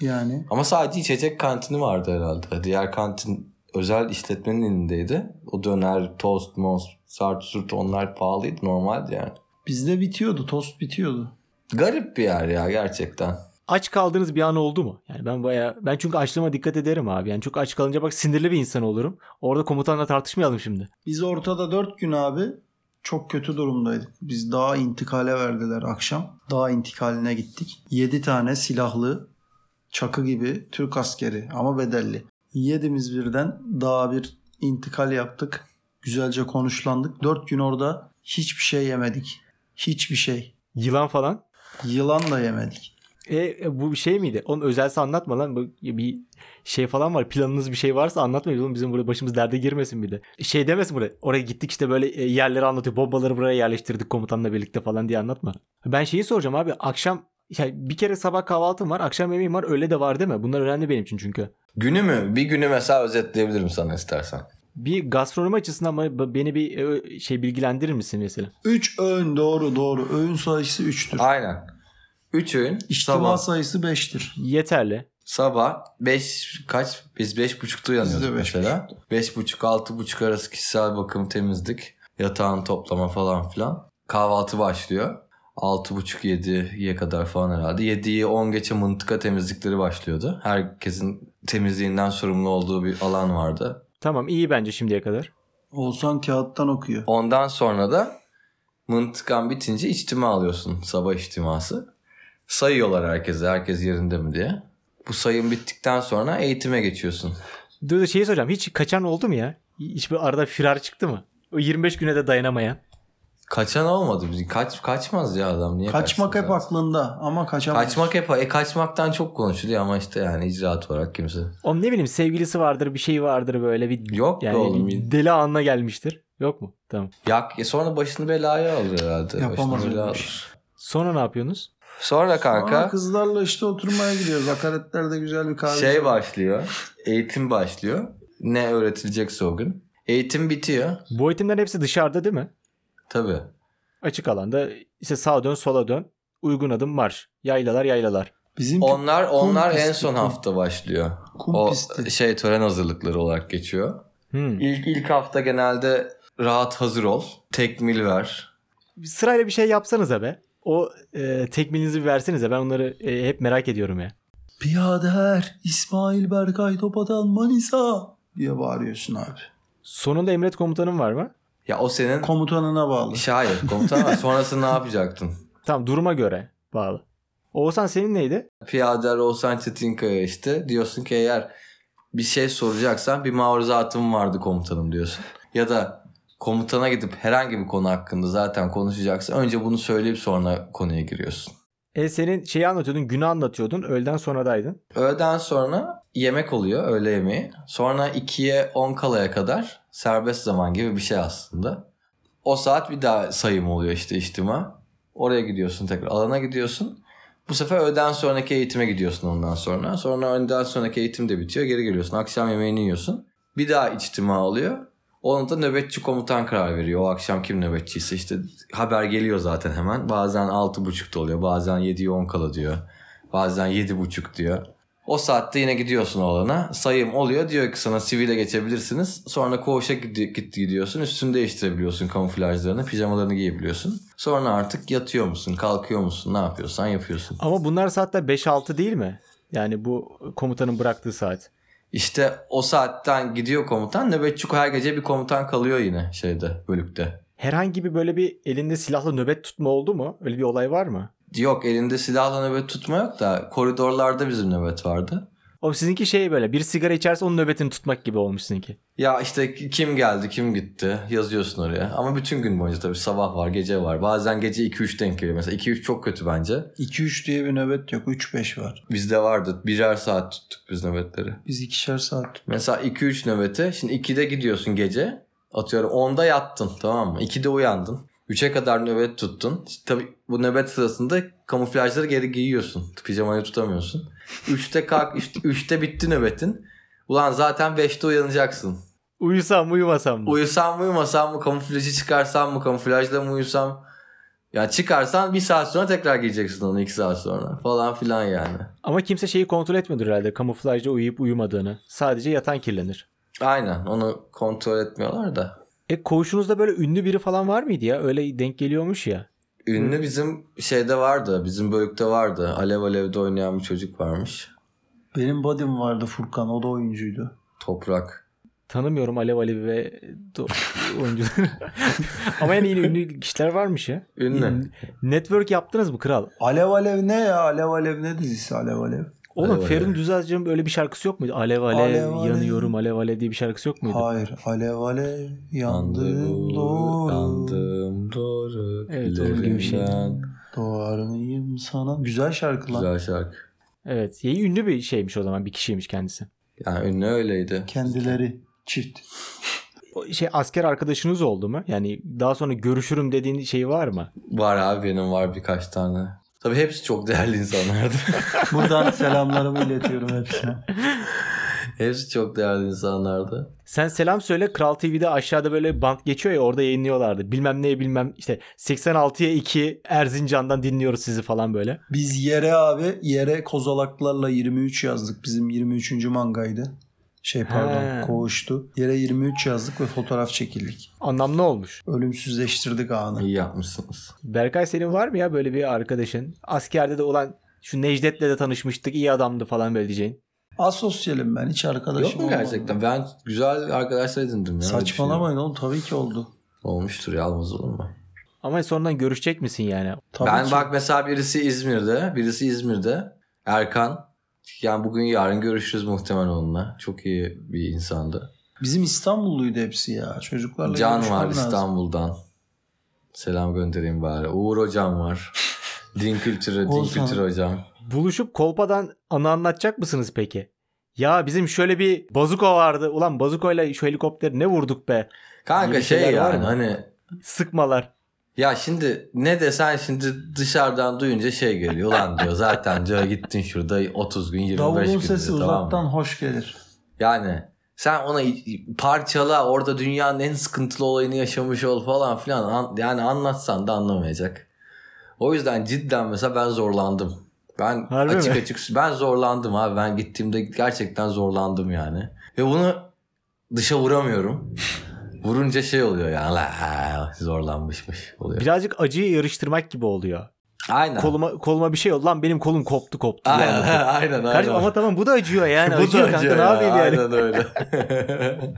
Speaker 3: Yani
Speaker 2: Ama sadece içecek kantini vardı herhalde. Diğer kantin özel işletmenin elindeydi. O döner, tost, most, sart, sürt onlar pahalıydı normaldi yani.
Speaker 3: bizde bitiyordu tost bitiyordu.
Speaker 2: Garip bir yer ya gerçekten.
Speaker 1: Aç kaldığınız bir an oldu mu? Yani ben baya ben çünkü açlığıma dikkat ederim abi. Yani çok aç kalınca bak sinirli bir insan olurum. Orada komutanla tartışmayalım şimdi.
Speaker 3: Biz ortada 4 gün abi çok kötü durumdaydık. Biz daha intikale verdiler akşam. Daha intikaline gittik. 7 tane silahlı çakı gibi Türk askeri ama bedelli. Yedimiz birden daha bir intikal yaptık. Güzelce konuşlandık. 4 gün orada hiçbir şey yemedik. Hiçbir şey.
Speaker 1: Yılan falan.
Speaker 3: Yılan da yemedik.
Speaker 1: E, e, bu şey miydi? Oğlum özelse anlatma lan. Bu- Bir şey falan var. Planınız bir şey varsa anlatmayın. Oğlum bizim burada başımız derde girmesin bir de. Şey demesin buraya. Oraya gittik işte böyle e, yerleri anlatıyor. Bombaları buraya yerleştirdik komutanla birlikte falan diye anlatma. Ben şeyi soracağım abi. Akşam yani bir kere sabah kahvaltım var. Akşam yemeğim var. Öğle de var değil mi? Bunlar önemli benim için çünkü.
Speaker 2: Günü mü? Bir günü mesela özetleyebilirim sana istersen.
Speaker 1: Bir gastronomi açısından bana- beni bir e, şey bilgilendirir misin mesela?
Speaker 3: 3 öğün doğru doğru. Öğün sayısı 3'tür.
Speaker 2: Aynen. 3 öğün.
Speaker 3: İçtima
Speaker 2: sabah.
Speaker 3: sayısı 5'tir.
Speaker 1: Yeterli.
Speaker 2: Sabah 5 kaç? Biz 5.30'da
Speaker 3: Biz
Speaker 2: uyanıyorduk
Speaker 3: de beş
Speaker 2: mesela. 5.30-6.30 arası kişisel bakım temizlik. Yatağın toplama falan filan. Kahvaltı başlıyor. 6.30-7'ye kadar falan herhalde. 7'yi 10 geçe mıntıka temizlikleri başlıyordu. Herkesin temizliğinden sorumlu olduğu bir alan vardı.
Speaker 1: Tamam iyi bence şimdiye kadar.
Speaker 3: Olsan kağıttan okuyor.
Speaker 2: Ondan sonra da mıntıkan bitince içtima alıyorsun. Sabah içtiması. Sayıyorlar herkese. Herkes yerinde mi diye. Bu sayım bittikten sonra eğitime geçiyorsun.
Speaker 1: Dur dur şeyi soracağım. Hiç kaçan oldu mu ya? Hiç bir arada firar çıktı mı? O 25 güne de dayanamayan.
Speaker 2: Kaçan olmadı. Biz- Kaç kaçmaz ya adam niye
Speaker 3: Kaçmak
Speaker 2: kaçsın
Speaker 3: hep aklında ama
Speaker 2: zaten?
Speaker 3: kaçamaz.
Speaker 2: Kaçmak hep e kaçmaktan çok konuşuluyor ama işte yani icraat olarak kimse.
Speaker 1: Oğlum ne bileyim sevgilisi vardır bir şey vardır böyle bir
Speaker 2: Yok be
Speaker 1: yani
Speaker 2: oğlum.
Speaker 1: bir deli anına gelmiştir. Yok mu? Tamam.
Speaker 2: Yak e sonra başını belaya alır herhalde.
Speaker 3: Yapamaz
Speaker 2: Başını
Speaker 3: öyle
Speaker 2: belaya
Speaker 3: bir şey.
Speaker 2: alır.
Speaker 1: Sonra ne yapıyorsunuz?
Speaker 2: Sonra
Speaker 3: Sonra
Speaker 2: kanka
Speaker 3: kızlarla işte oturmaya gidiyoruz. Akaretlerde güzel bir kahve.
Speaker 2: şey başlıyor. Eğitim başlıyor. Ne öğretilecekse o gün. Eğitim bitiyor.
Speaker 1: Bu eğitimlerin hepsi dışarıda değil mi?
Speaker 2: Tabii.
Speaker 1: Açık alanda işte sağa dön sola dön. Uygun adım marş. Yaylalar yaylalar.
Speaker 3: Bizim
Speaker 2: Onlar onlar en
Speaker 3: pisti,
Speaker 2: son
Speaker 3: kum.
Speaker 2: hafta başlıyor.
Speaker 3: Kum
Speaker 2: o
Speaker 3: pisti.
Speaker 2: şey tören hazırlıkları olarak geçiyor.
Speaker 1: Hmm.
Speaker 2: İlk ilk hafta genelde rahat hazır ol. Tekmil ver.
Speaker 1: Sırayla bir şey yapsanıza be. O e, tekmilinizi bir versenize. Ben onları e, hep merak ediyorum ya.
Speaker 3: Piyader İsmail Berkay Topatan Manisa diye bağırıyorsun abi.
Speaker 1: Sonunda emret komutanım var mı?
Speaker 2: Ya o senin
Speaker 3: Komutanına bağlı.
Speaker 2: İşte hayır komutan var. Sonrasında ne yapacaktın?
Speaker 1: Tamam duruma göre bağlı. Oğuzhan senin neydi?
Speaker 2: Piyade Oğuzhan Çetinkaya işte. Diyorsun ki eğer bir şey soracaksan bir maruzatım vardı komutanım diyorsun. Ya da komutana gidip herhangi bir konu hakkında zaten konuşacaksa önce bunu söyleyip sonra konuya giriyorsun.
Speaker 1: E senin şeyi anlatıyordun, günü anlatıyordun. Öğleden sonradaydın.
Speaker 2: Öğleden sonra yemek oluyor öğle yemeği. Sonra 2'ye 10 kalaya kadar serbest zaman gibi bir şey aslında. O saat bir daha sayım oluyor işte içtima. Oraya gidiyorsun tekrar alana gidiyorsun. Bu sefer öğleden sonraki eğitime gidiyorsun ondan sonra. Sonra öğleden sonraki eğitim de bitiyor. Geri geliyorsun. Akşam yemeğini yiyorsun. Bir daha içtima oluyor. Onu da nöbetçi komutan karar veriyor. O akşam kim nöbetçiyse işte haber geliyor zaten hemen. Bazen 6.30'da oluyor. Bazen 7'ye 10 kala diyor. Bazen 7.30 diyor. O saatte yine gidiyorsun olana. Sayım oluyor. Diyor ki sana sivile geçebilirsiniz. Sonra koğuşa gidi- git gidiyorsun. Üstünü değiştirebiliyorsun kamuflajlarını. Pijamalarını giyebiliyorsun. Sonra artık yatıyor musun? Kalkıyor musun? Ne yapıyorsan yapıyorsun.
Speaker 1: Ama bunlar saatler 5-6 değil mi? Yani bu komutanın bıraktığı saat.
Speaker 2: İşte o saatten gidiyor komutan. Nöbetçi her gece bir komutan kalıyor yine şeyde bölükte.
Speaker 1: Herhangi bir böyle bir elinde silahla nöbet tutma oldu mu? Öyle bir olay var mı?
Speaker 2: Yok elinde silahla nöbet tutma yok da koridorlarda bizim nöbet vardı.
Speaker 1: O sizinki şey böyle bir sigara içerse onun nöbetini tutmak gibi olmuş sizinki.
Speaker 2: Ya işte kim geldi kim gitti yazıyorsun oraya. Ama bütün gün boyunca tabii sabah var gece var. Bazen gece 2-3 denk geliyor. Mesela 2-3 çok kötü bence.
Speaker 3: 2-3 diye bir nöbet yok. 3-5 var.
Speaker 2: Bizde vardı birer saat tuttuk biz nöbetleri.
Speaker 3: Biz ikişer saat.
Speaker 2: Mesela 2-3 nöbete şimdi 2'de gidiyorsun gece. Atıyorum 10'da yattın tamam mı? 2'de uyandın. 3'e kadar nöbet tuttun. İşte Tabii bu nöbet sırasında kamuflajları geri giyiyorsun. Pijamayı tutamıyorsun. 3'te kalk 3'te bitti nöbetin. Ulan zaten 5'te uyanacaksın.
Speaker 1: Uyusam mı uyumasam mı?
Speaker 2: Uyusam mı uyumasam mı kamuflajı çıkarsam mı kamuflajla mı uyusam? Ya çıkarsan bir saat sonra tekrar giyeceksin onu iki saat sonra falan filan yani.
Speaker 1: Ama kimse şeyi kontrol etmiyordur herhalde kamuflajda uyuyup uyumadığını. Sadece yatan kirlenir.
Speaker 2: Aynen onu kontrol etmiyorlar da.
Speaker 1: E koğuşunuzda böyle ünlü biri falan var mıydı ya? Öyle denk geliyormuş ya.
Speaker 2: Ünlü bizim şeyde vardı. Bizim bölükte vardı. Alev Alev'de oynayan bir çocuk varmış.
Speaker 3: Benim buddy'm vardı Furkan. O da oyuncuydu.
Speaker 2: Toprak.
Speaker 1: Tanımıyorum Alev Alev ve do- oyuncuları. Ama yani yine ünlü kişiler varmış ya.
Speaker 2: Ünlü.
Speaker 1: Network yaptınız mı kral?
Speaker 3: Alev Alev ne ya? Alev Alev ne dizisi Alev Alev?
Speaker 1: Oğlum
Speaker 2: Alev
Speaker 1: Feridun
Speaker 2: Alev.
Speaker 1: Düzazcı'nın böyle bir şarkısı yok muydu? Alev alev,
Speaker 3: Alev alev.
Speaker 1: yanıyorum alev alev diye bir şarkısı yok muydu?
Speaker 3: Hayır. Alev Alev yandım doğru.
Speaker 2: Yandım doğru.
Speaker 1: Evet, onun gibi bir şey.
Speaker 2: Ellerinden.
Speaker 3: Doğar mıyım sana? Güzel şarkı lan.
Speaker 2: Güzel şarkı.
Speaker 1: Evet. iyi ünlü bir şeymiş o zaman bir kişiymiş kendisi.
Speaker 2: Yani ünlü öyleydi.
Speaker 3: Kendileri çift.
Speaker 1: O Şey asker arkadaşınız oldu mu? Yani daha sonra görüşürüm dediğin şey var mı?
Speaker 2: Var abi benim var birkaç tane. Tabii hepsi çok değerli insanlardı.
Speaker 3: Buradan selamlarımı iletiyorum hepsine.
Speaker 2: hepsi çok değerli insanlardı.
Speaker 1: Sen selam söyle Kral TV'de aşağıda böyle bant geçiyor ya orada yayınlıyorlardı. Bilmem neye bilmem işte 86'ya 2 Erzincan'dan dinliyoruz sizi falan böyle.
Speaker 3: Biz yere abi yere kozalaklarla 23 yazdık. Bizim 23. mangaydı. Şey pardon
Speaker 1: He.
Speaker 3: koğuştu. Yere 23 yazdık ve fotoğraf çekildik.
Speaker 1: Anlamlı olmuş.
Speaker 3: Ölümsüzleştirdik anı.
Speaker 2: İyi yapmışsınız.
Speaker 1: Berkay senin var mı ya böyle bir arkadaşın? Askerde de olan şu Necdet'le de tanışmıştık iyi adamdı falan böyle diyeceğin.
Speaker 3: Asosyalim ben hiç arkadaşım
Speaker 2: Yok mu
Speaker 3: olmadı.
Speaker 2: gerçekten? Ben güzel arkadaşlar edindim. Ya.
Speaker 3: Saçmalamayın oğlum tabii ki oldu.
Speaker 2: Olmuştur ya olmaz olur mu?
Speaker 1: Ama sonradan görüşecek misin yani?
Speaker 3: Tabii
Speaker 2: ben
Speaker 3: ki.
Speaker 2: bak mesela birisi İzmir'de, birisi İzmir'de. Erkan. Yani bugün yarın görüşürüz muhtemelen onunla. Çok iyi bir insandı.
Speaker 3: Bizim İstanbulluydu hepsi ya. Çocuklarla
Speaker 2: Can
Speaker 3: görüşmem
Speaker 2: var
Speaker 3: lazım.
Speaker 2: İstanbul'dan. Selam göndereyim bari. Uğur hocam var. Din kültürü, din
Speaker 3: Oğuzhan.
Speaker 2: kültürü hocam.
Speaker 1: Buluşup kolpadan anı anlatacak mısınız peki? Ya bizim şöyle bir bazuko vardı. Ulan bazukoyla şu helikopteri ne vurduk be.
Speaker 2: Kanka
Speaker 1: Yeni
Speaker 2: şey
Speaker 1: şeyler var
Speaker 2: yani
Speaker 1: mı?
Speaker 2: hani
Speaker 1: Sıkmalar.
Speaker 2: ya şimdi ne desen şimdi dışarıdan duyunca şey geliyor lan diyor zaten diyor gittin şurada 30 gün 25 gün
Speaker 3: Davulun
Speaker 2: diyor,
Speaker 3: sesi
Speaker 2: tamam mı?
Speaker 3: uzaktan hoş gelir.
Speaker 2: Yani sen ona parçala orada dünyanın en sıkıntılı olayını yaşamış ol falan filan An- yani anlatsan da anlamayacak. O yüzden cidden mesela ben zorlandım. Ben
Speaker 1: Harbi
Speaker 2: açık
Speaker 1: mi?
Speaker 2: açık ben zorlandım abi ben gittiğimde gerçekten zorlandım yani. Ve bunu dışa vuramıyorum. Vurunca şey oluyor yani la, ha, zorlanmışmış oluyor.
Speaker 1: Birazcık acıyı yarıştırmak gibi oluyor.
Speaker 2: Aynen.
Speaker 1: Koluma koluma bir şey oldu lan benim kolum koptu koptu.
Speaker 2: aynen,
Speaker 1: Yani.
Speaker 2: aynen, aynen.
Speaker 1: Kardeşim ama tamam bu da acıyor yani.
Speaker 2: Bu da
Speaker 1: acıyor kanka
Speaker 2: acıyor
Speaker 1: ne
Speaker 2: ya,
Speaker 1: yapayım yani.
Speaker 2: Aynen öyle.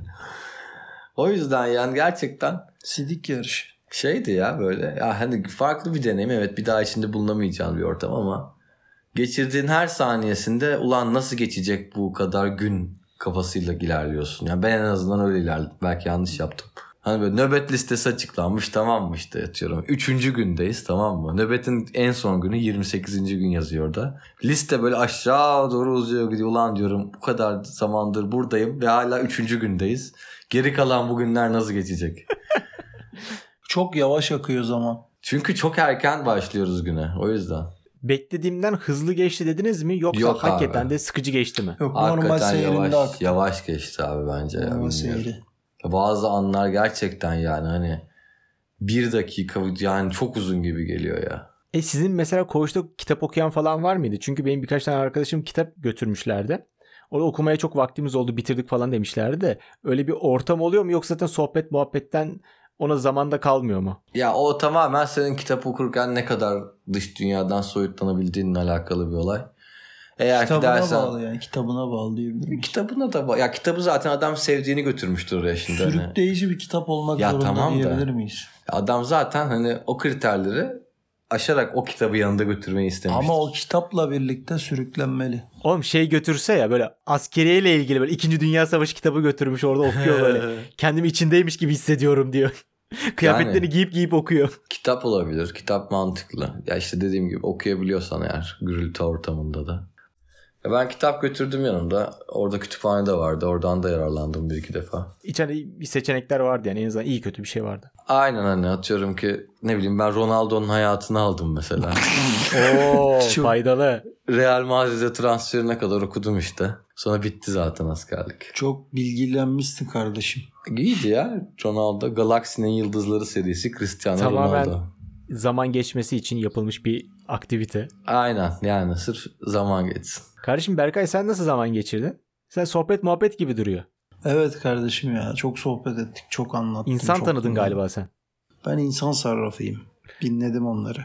Speaker 2: o yüzden yani gerçekten
Speaker 3: Sidik yarışı.
Speaker 2: şeydi ya böyle ya hani farklı bir deneyim evet bir daha içinde bulunamayacağın bir ortam ama geçirdiğin her saniyesinde ulan nasıl geçecek bu kadar gün kafasıyla ilerliyorsun. Yani ben en azından öyle ilerledim. Belki yanlış yaptım. Hani böyle nöbet listesi açıklanmış tamam mı işte yatıyorum. Üçüncü gündeyiz tamam mı? Nöbetin en son günü 28. gün yazıyor da. Liste böyle aşağı doğru uzuyor gidiyor. Ulan diyorum bu kadar zamandır buradayım ve hala üçüncü gündeyiz. Geri kalan bu günler nasıl geçecek?
Speaker 3: Çok yavaş akıyor zaman.
Speaker 2: Çünkü çok erken başlıyoruz güne o yüzden.
Speaker 1: Beklediğimden hızlı geçti dediniz mi yoksa
Speaker 2: Yok abi.
Speaker 1: hakikaten de sıkıcı geçti mi?
Speaker 3: Yok normal
Speaker 2: Hakikaten yavaş,
Speaker 3: seyrinde aktı.
Speaker 2: yavaş geçti abi bence. Ya,
Speaker 3: Normal
Speaker 2: bilmiyorum.
Speaker 3: seyri.
Speaker 2: Ya Bazı anlar gerçekten yani hani bir dakika yani çok uzun gibi geliyor ya.
Speaker 1: E sizin mesela koğuşta kitap okuyan falan var mıydı? Çünkü benim birkaç tane arkadaşım kitap götürmüşlerdi. Orada okumaya çok vaktimiz oldu bitirdik falan demişlerdi de. Öyle bir ortam oluyor mu yoksa zaten sohbet muhabbetten ona zaman da kalmıyor mu?
Speaker 2: Ya o tamamen senin kitap okurken ne kadar dış dünyadan soyutlanabildiğinle alakalı bir olay. Eğer
Speaker 3: Kitabına
Speaker 2: gidersen
Speaker 3: bağlı yani. Kitabına bağlı diyebilirim.
Speaker 2: kitabına da ba- ya kitabı zaten adam sevdiğini götürmüştür oraya şimdi. hani.
Speaker 3: Sürükleyici bir kitap olmak
Speaker 2: Ya
Speaker 3: zorunda
Speaker 2: tamam da.
Speaker 3: diyebilir miyiz?
Speaker 2: Adam zaten hani o kriterleri aşarak o kitabı yanında götürmeyi istemiştir.
Speaker 3: Ama o kitapla birlikte sürüklenmeli.
Speaker 1: Oğlum şey götürse ya böyle askeriyeyle ilgili böyle 2. Dünya Savaşı kitabı götürmüş orada okuyor böyle. Kendimi içindeymiş gibi hissediyorum diyor. Kıyafetlerini
Speaker 2: Yani.
Speaker 1: giyip giyip okuyor.
Speaker 2: Kitap olabilir. Kitap mantıklı. Ya işte dediğim gibi okuyabiliyorsan eğer gürültü ortamında da. Ya ben kitap götürdüm yanımda. Orada kütüphane de vardı. Oradan da yararlandım bir iki defa.
Speaker 1: İçeride hani bir seçenekler vardı yani en azından iyi kötü bir şey vardı.
Speaker 2: Aynen hani atıyorum ki ne bileyim ben Ronaldo'nun hayatını aldım mesela.
Speaker 1: Oo
Speaker 3: Çok-
Speaker 1: faydalı.
Speaker 2: Real Madrid'e transferine kadar okudum işte. Sonra bitti zaten askerlik.
Speaker 3: Çok bilgilenmişsin kardeşim.
Speaker 2: İyiydi ya Ronaldo. Galaksinin Yıldızları serisi Cristiano
Speaker 1: Tamamen-
Speaker 2: Ronaldo.
Speaker 1: Zaman geçmesi için yapılmış bir aktivite.
Speaker 2: Aynen yani sırf zaman geçsin.
Speaker 1: Kardeşim Berkay sen nasıl zaman geçirdin? Sen sohbet muhabbet gibi duruyor.
Speaker 3: Evet kardeşim ya. Çok sohbet ettik. Çok anlattım.
Speaker 1: İnsan
Speaker 3: çok
Speaker 1: tanıdın
Speaker 3: dinledim.
Speaker 1: galiba sen.
Speaker 3: Ben insan sarrafıyım. Dinledim onları.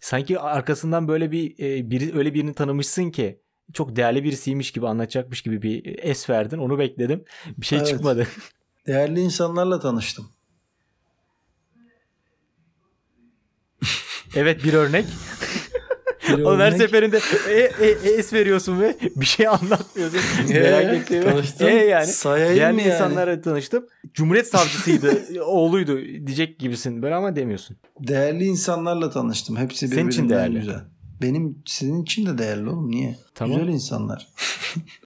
Speaker 1: Sanki arkasından böyle bir e, biri öyle birini tanımışsın ki çok değerli birisiymiş gibi anlatacakmış gibi bir es verdin. Onu bekledim. Bir şey
Speaker 3: Evet.
Speaker 1: çıkmadı.
Speaker 3: Değerli insanlarla tanıştım.
Speaker 1: evet bir örnek.
Speaker 3: Bir
Speaker 1: Oğlum her
Speaker 3: örnek-
Speaker 1: seferinde e, e, e, es veriyorsun ve bir şey anlatmıyorsun.
Speaker 3: Ee,
Speaker 1: Merak ettim.
Speaker 3: tanıştım.
Speaker 1: E yani.
Speaker 3: Sayayım
Speaker 1: Değerli
Speaker 3: mı Şey yani?
Speaker 1: insanlarla tanıştım. Cumhuriyet savcısıydı, oğluydu diyecek gibisin böyle ama demiyorsun.
Speaker 3: Değerli insanlarla tanıştım. Hepsi
Speaker 1: Senin için
Speaker 3: birbirinden
Speaker 1: değerli.
Speaker 3: güzel. Benim sizin için de değerli oğlum. Niye?
Speaker 1: Tamam.
Speaker 3: Güzel insanlar.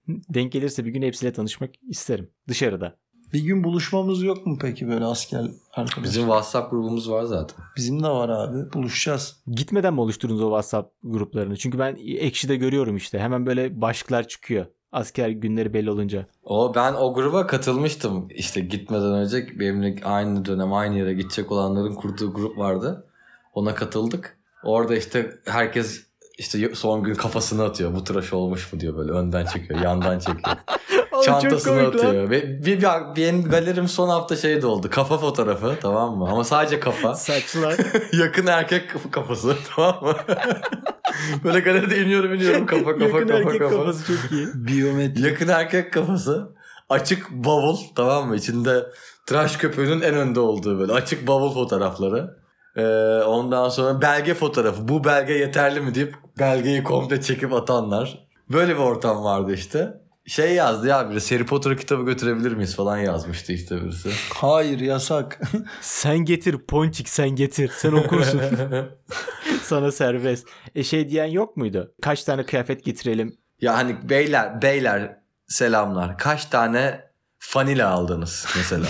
Speaker 1: Denk gelirse bir gün hepsiyle tanışmak isterim. Dışarıda.
Speaker 3: Bir gün buluşmamız yok mu peki böyle asker arkadaş?
Speaker 2: Bizim WhatsApp grubumuz var zaten.
Speaker 3: Bizim de var abi. Buluşacağız.
Speaker 1: Gitmeden mi oluşturdunuz o WhatsApp gruplarını? Çünkü ben Ekşi'de görüyorum işte. Hemen böyle başlıklar çıkıyor. Asker günleri belli olunca.
Speaker 2: O ben o gruba katılmıştım. İşte gitmeden önce benimle aynı dönem aynı yere gidecek olanların kurduğu grup vardı. Ona katıldık. Orada işte herkes işte son gün kafasını atıyor. Bu tıraş olmuş mu diyor böyle önden çekiyor, yandan çekiyor. Çantasını atıyor. Ve bir, bir, benim galerim son hafta şey de oldu. Kafa fotoğrafı tamam mı? Ama sadece kafa.
Speaker 1: Saçlar.
Speaker 2: Yakın erkek kaf- kafası tamam mı? böyle galeride iniyorum iniyorum kafa kafa
Speaker 1: Yakın
Speaker 2: kafa
Speaker 1: erkek
Speaker 2: kafa.
Speaker 1: kafası çok iyi.
Speaker 3: Biyometri.
Speaker 2: Yakın erkek kafası. Açık bavul tamam mı? İçinde tıraş köpüğünün en önde olduğu böyle. Açık bavul fotoğrafları. Ee, ondan sonra belge fotoğrafı. Bu belge yeterli mi deyip belgeyi komple çekip atanlar. Böyle bir ortam vardı işte. Şey yazdı ya biri Harry Potter kitabı götürebilir miyiz falan yazmıştı işte birisi.
Speaker 3: Hayır yasak.
Speaker 1: Sen getir ponçik sen getir. Sen okursun. Sana serbest. E şey diyen yok muydu? Kaç tane kıyafet getirelim?
Speaker 2: ya hani beyler beyler selamlar. Kaç tane fanila aldınız mesela?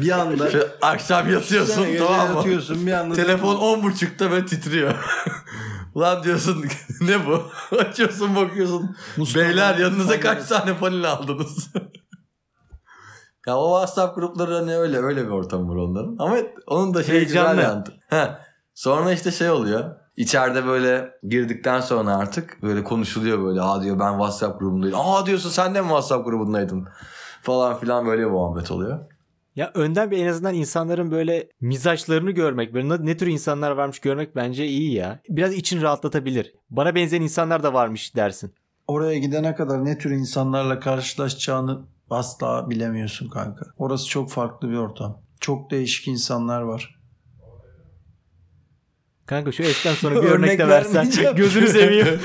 Speaker 3: bir anda
Speaker 2: Şu akşam yatıyorsun
Speaker 3: Sen
Speaker 2: tamam mı?
Speaker 3: yatıyorsun bir anda.
Speaker 2: Telefon on buçukta böyle titriyor. Ulan diyorsun ne bu? Açıyorsun bakıyorsun.
Speaker 3: Mustafa-
Speaker 2: Beyler yanınıza
Speaker 3: Mustafa-
Speaker 2: kaç tane panel aldınız? ya o WhatsApp grupları hani öyle öyle bir ortam var onların. Ama onun da şey güzel
Speaker 1: Heyecanlı.
Speaker 2: yandı. Heh. Sonra işte şey oluyor. İçeride böyle girdikten sonra artık böyle konuşuluyor böyle. Aa diyor ben WhatsApp grubundayım. Aa diyorsun sen de mi WhatsApp grubundaydın? Falan filan böyle bir muhabbet oluyor.
Speaker 1: Ya önden bir en azından insanların böyle mizaçlarını görmek, böyle ne- ne tür insanlar varmış görmek bence iyi ya. Biraz için rahatlatabilir. Bana benzeyen insanlar da varmış dersin.
Speaker 3: Oraya gidene kadar ne tür insanlarla karşılaşacağını asla bilemiyorsun kanka. Orası çok farklı bir ortam. Çok değişik insanlar var.
Speaker 1: Kanka şu esten sonra bir örnek de
Speaker 3: Örnek
Speaker 1: versen.
Speaker 3: vermeyeceğim.
Speaker 1: Gözünü seveyim.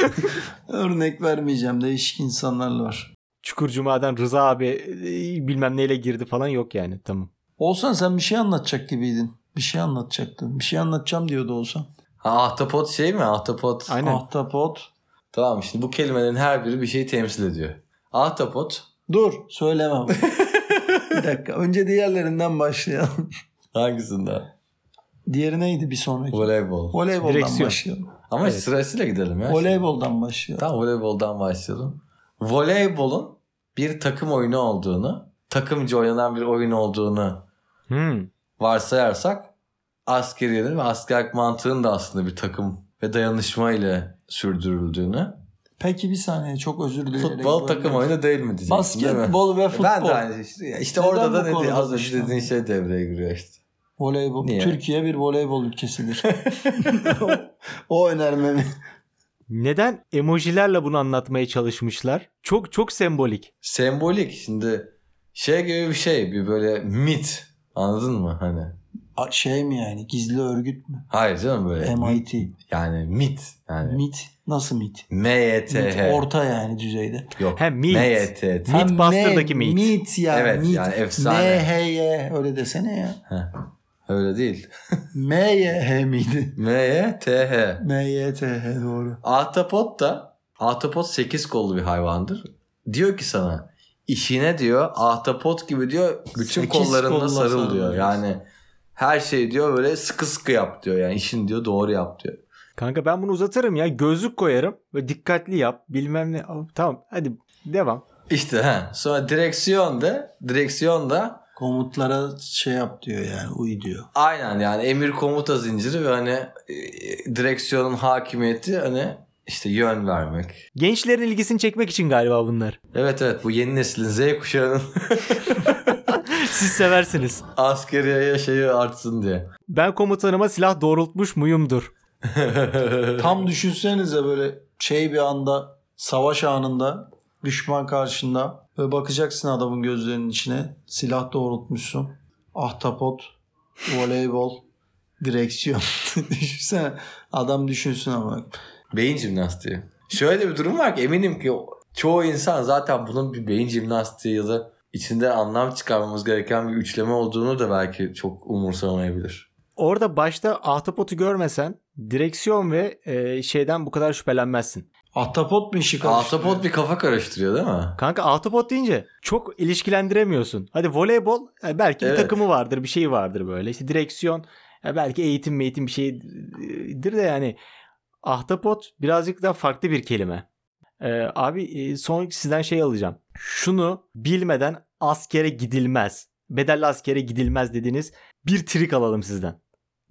Speaker 3: Örnek vermeyeceğim. Değişik insanlar var.
Speaker 1: Çukur Cuma'dan Rıza abi e, bilmem neyle girdi falan yok yani tamam.
Speaker 3: Olsan sen bir şey anlatacak gibiydin. Bir şey anlatacaktın. Bir şey anlatacağım diyordu Olsan.
Speaker 2: Ha, ahtapot şey mi? Ahtapot.
Speaker 1: Aynen.
Speaker 3: Ahtapot.
Speaker 2: Tamam şimdi bu kelimelerin her biri bir şeyi temsil ediyor. Ahtapot
Speaker 3: Dur söylemem. bir dakika. Önce diğerlerinden başlayalım.
Speaker 2: hangisinden?
Speaker 3: Diğeri neydi bir sonraki?
Speaker 2: Voleybol.
Speaker 3: Voleyboldan
Speaker 1: Direksiyon.
Speaker 3: başlayalım.
Speaker 2: Ama
Speaker 1: Evet.
Speaker 2: sırasıyla gidelim ya.
Speaker 3: Voleyboldan başlayalım.
Speaker 2: Tamam voleyboldan başlayalım. Voleybolun bir takım oyunu olduğunu, takımcı oynanan bir oyun olduğunu
Speaker 1: Hmm.
Speaker 2: varsayarsak askeriyenin ve askerlik mantığının da aslında bir takım ve dayanışma ile sürdürüldüğünü
Speaker 3: Peki bir saniye çok özür dilerim.
Speaker 2: futbol takım oyunu değil mi diyeceksin değil mi?
Speaker 3: Basketbol ve futbol.
Speaker 2: Ben de aynı işte, işte
Speaker 3: Neden
Speaker 2: orada da
Speaker 3: bu
Speaker 2: ne diye-
Speaker 3: konuda
Speaker 2: az önce
Speaker 3: düşünüyorsun?
Speaker 2: dediğin şey devreye giriyor işte.
Speaker 3: Voleybol.
Speaker 2: Niye?
Speaker 3: Türkiye bir voleybol ülkesidir. o önermemi.
Speaker 1: Neden emojilerle bunu anlatmaya çalışmışlar? Çok çok sembolik.
Speaker 2: Sembolik şimdi şey gibi bir şey bir böyle mit anladın mı hani?
Speaker 3: A- Şey mi yani gizli örgüt mü?
Speaker 2: Hayır canım böyle
Speaker 3: MIT.
Speaker 2: yani mit yani
Speaker 3: MIT. Nasıl MIT? MIT
Speaker 2: MYTH
Speaker 3: orta yani düzeyde.
Speaker 2: yok
Speaker 1: He meat.
Speaker 2: MYTH
Speaker 1: Ha, Mythbuster'daki
Speaker 3: M-
Speaker 1: Meat.
Speaker 3: Meat ya.
Speaker 2: Evet,
Speaker 3: meat.
Speaker 2: yani efsane.
Speaker 3: MHY öyle desene ya.
Speaker 2: öyle değil
Speaker 3: MYH miydi?
Speaker 2: MYTH
Speaker 3: MYTH doğru.
Speaker 2: Ahtapot da ahtapot 8 kollu bir hayvandır. Diyor ki sana işine diyor ahtapot gibi diyor bütün
Speaker 3: Sekiz
Speaker 2: kollarınla
Speaker 3: kolla
Speaker 2: sarıl
Speaker 3: sarıl
Speaker 2: diyor.
Speaker 3: diyorsun.
Speaker 2: Yani her şey diyor böyle sıkı sıkı yap diyor. Yani işin diyor doğru yap diyor.
Speaker 1: Kanka ben bunu uzatırım ya. Gözlük koyarım. Böyle dikkatli yap. Bilmem ne. Al, Tamam hadi devam.
Speaker 2: İşte ha. Sonra direksiyon da direksiyon da
Speaker 3: Komutlara şey yap diyor yani uy diyor.
Speaker 2: aynen yani emir komuta zinciri ve hani e, direksiyonun hakimiyeti hani işte yön vermek.
Speaker 1: Gençlerin ilgisini çekmek için galiba bunlar.
Speaker 2: Evet evet bu yeni neslin Z kuşağının
Speaker 1: Siz seversiniz.
Speaker 2: askeriye şeyi artsın diye.
Speaker 1: Ben komutanıma silah doğrultmuş muyumdur?
Speaker 3: Tam düşünsenize böyle şey bir anda savaş anında düşman karşında ve bakacaksın adamın gözlerinin içine silah doğrultmuşsun. Ahtapot, voleybol, direksiyon. Düşünsene adam düşünsün ama.
Speaker 2: Beyin jimnastiği. Şöyle bir durum var ki eminim ki çoğu insan zaten bunun bir beyin jimnastiği ya da içinde anlam çıkarmamız gereken bir üçleme olduğunu da belki çok umursamayabilir.
Speaker 1: Orada başta ahtapotu görmesen direksiyon ve e, şeyden bu kadar şüphelenmezsin.
Speaker 3: Ahtapot mu işi karıştırıyor?
Speaker 2: Ahtapot bir kafa karıştırıyor değil mi?
Speaker 1: Kanka ahtapot deyince çok ilişkilendiremiyorsun. Hadi voleybol e, belki
Speaker 2: Evet.
Speaker 1: bir takımı vardır bir şeyi vardır böyle. İşte direksiyon e, belki eğitim eğitim bir şeydir de yani ahtapot birazcık daha farklı bir kelime. E, abi e, son sizden şey alacağım. Şunu bilmeden askere gidilmez. Bedelli askere gidilmez dediniz. Bir trik alalım sizden.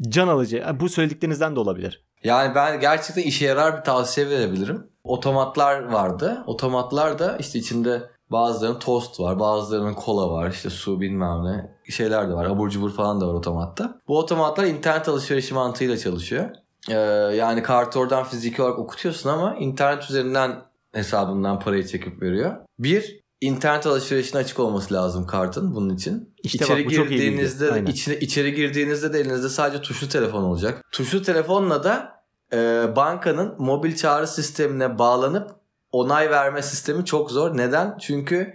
Speaker 1: Can alıcı. E, Bu söylediklerinizden de olabilir.
Speaker 2: Yani ben gerçekten işe yarar bir tavsiye verebilirim. Otomatlar vardı. Otomatlar da işte içinde bazılarının tost var, bazılarının kola var, işte su bilmem ne şeyler de var. Abur cubur falan da var otomatta. Bu otomatlar internet alışverişi mantığıyla çalışıyor. Ee, yani kartı oradan fiziki olarak okutuyorsun ama internet üzerinden hesabından parayı çekip veriyor. Bir, internet alışverişine açık olması lazım kartın bunun için.
Speaker 1: İşte bak,
Speaker 2: içeri
Speaker 1: bu çok iyi bilgi.
Speaker 2: girdiğinizde de,
Speaker 1: Aynen.
Speaker 2: içine, içeri girdiğinizde de elinizde sadece tuşlu telefon olacak. Tuşlu telefonla da e, bankanın mobil çağrı sistemine bağlanıp onay verme sistemi çok zor. Neden? Çünkü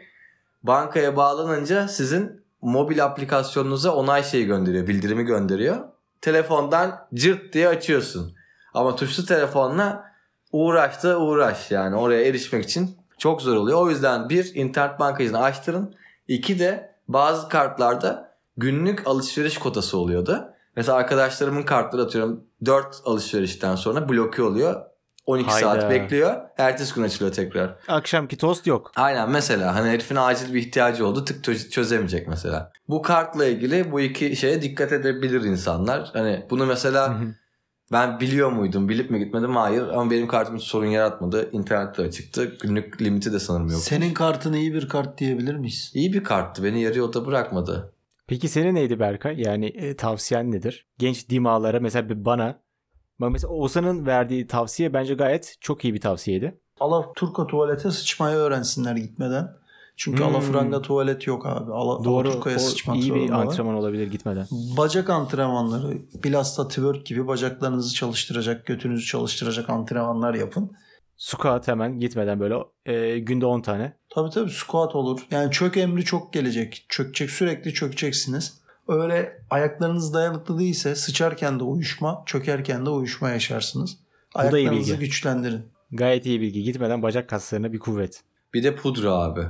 Speaker 2: bankaya bağlanınca sizin mobil aplikasyonunuza onay şeyi gönderiyor, bildirimi gönderiyor. Telefondan cırt diye açıyorsun. Ama tuşlu telefonla uğraş da uğraş yani oraya erişmek için çok zor oluyor. O yüzden bir internet bankacını açtırın. İki de bazı kartlarda günlük alışveriş kotası oluyordu. Mesela arkadaşlarımın kartları atıyorum 4 alışverişten sonra bloke oluyor. 12 saat
Speaker 1: Hayda.
Speaker 2: bekliyor. Ertesi gün açılıyor tekrar.
Speaker 1: Akşamki tost yok.
Speaker 2: Aynen mesela hani herifin acil bir ihtiyacı oldu tık çö- çözemeyecek mesela. Bu kartla ilgili bu iki şeye dikkat edebilir insanlar. Hani bunu mesela ben biliyor muydum bilip mi gitmedim hayır ama benim kartım hiç sorun yaratmadı. İnternette açıktı günlük limiti de sanırım yok.
Speaker 3: Senin kartın iyi bir kart diyebilir miyiz?
Speaker 2: İyi bir karttı beni yarı yolda bırakmadı.
Speaker 1: Peki senin neydi Berkay? Yani e, tavsiyen nedir? Genç dimağlara mesela bir bana. Bak Mesela Oğuzhan'ın verdiği tavsiye bence gayet çok iyi bir tavsiyeydi.
Speaker 3: Alaturka tuvalete sıçmayı öğrensinler gitmeden. Çünkü
Speaker 1: Hmm.
Speaker 3: alafranga tuvalet yok abi. Ala,
Speaker 1: Doğru.
Speaker 3: Alaturka'ya
Speaker 1: O
Speaker 3: sıçmak
Speaker 1: iyi bir
Speaker 3: zorundalar.
Speaker 1: antrenman olabilir gitmeden.
Speaker 3: Bacak antrenmanları, bilhassa twerk gibi bacaklarınızı çalıştıracak, götünüzü çalıştıracak antrenmanlar yapın.
Speaker 1: Squat hemen gitmeden böyle e, günde 10 tane.
Speaker 3: Tabii tabii squat olur. Yani çök emri çok gelecek. Çökecek sürekli çökeceksiniz. Öyle ayaklarınız dayanıklı değilse sıçarken de uyuşma, çökerken de uyuşma yaşarsınız.
Speaker 1: da iyi
Speaker 3: Ayaklarınızı
Speaker 1: bilgi.
Speaker 3: güçlendirin.
Speaker 1: Gayet iyi bilgi. Gitmeden bacak kaslarına bir kuvvet.
Speaker 2: Bir de pudra abi.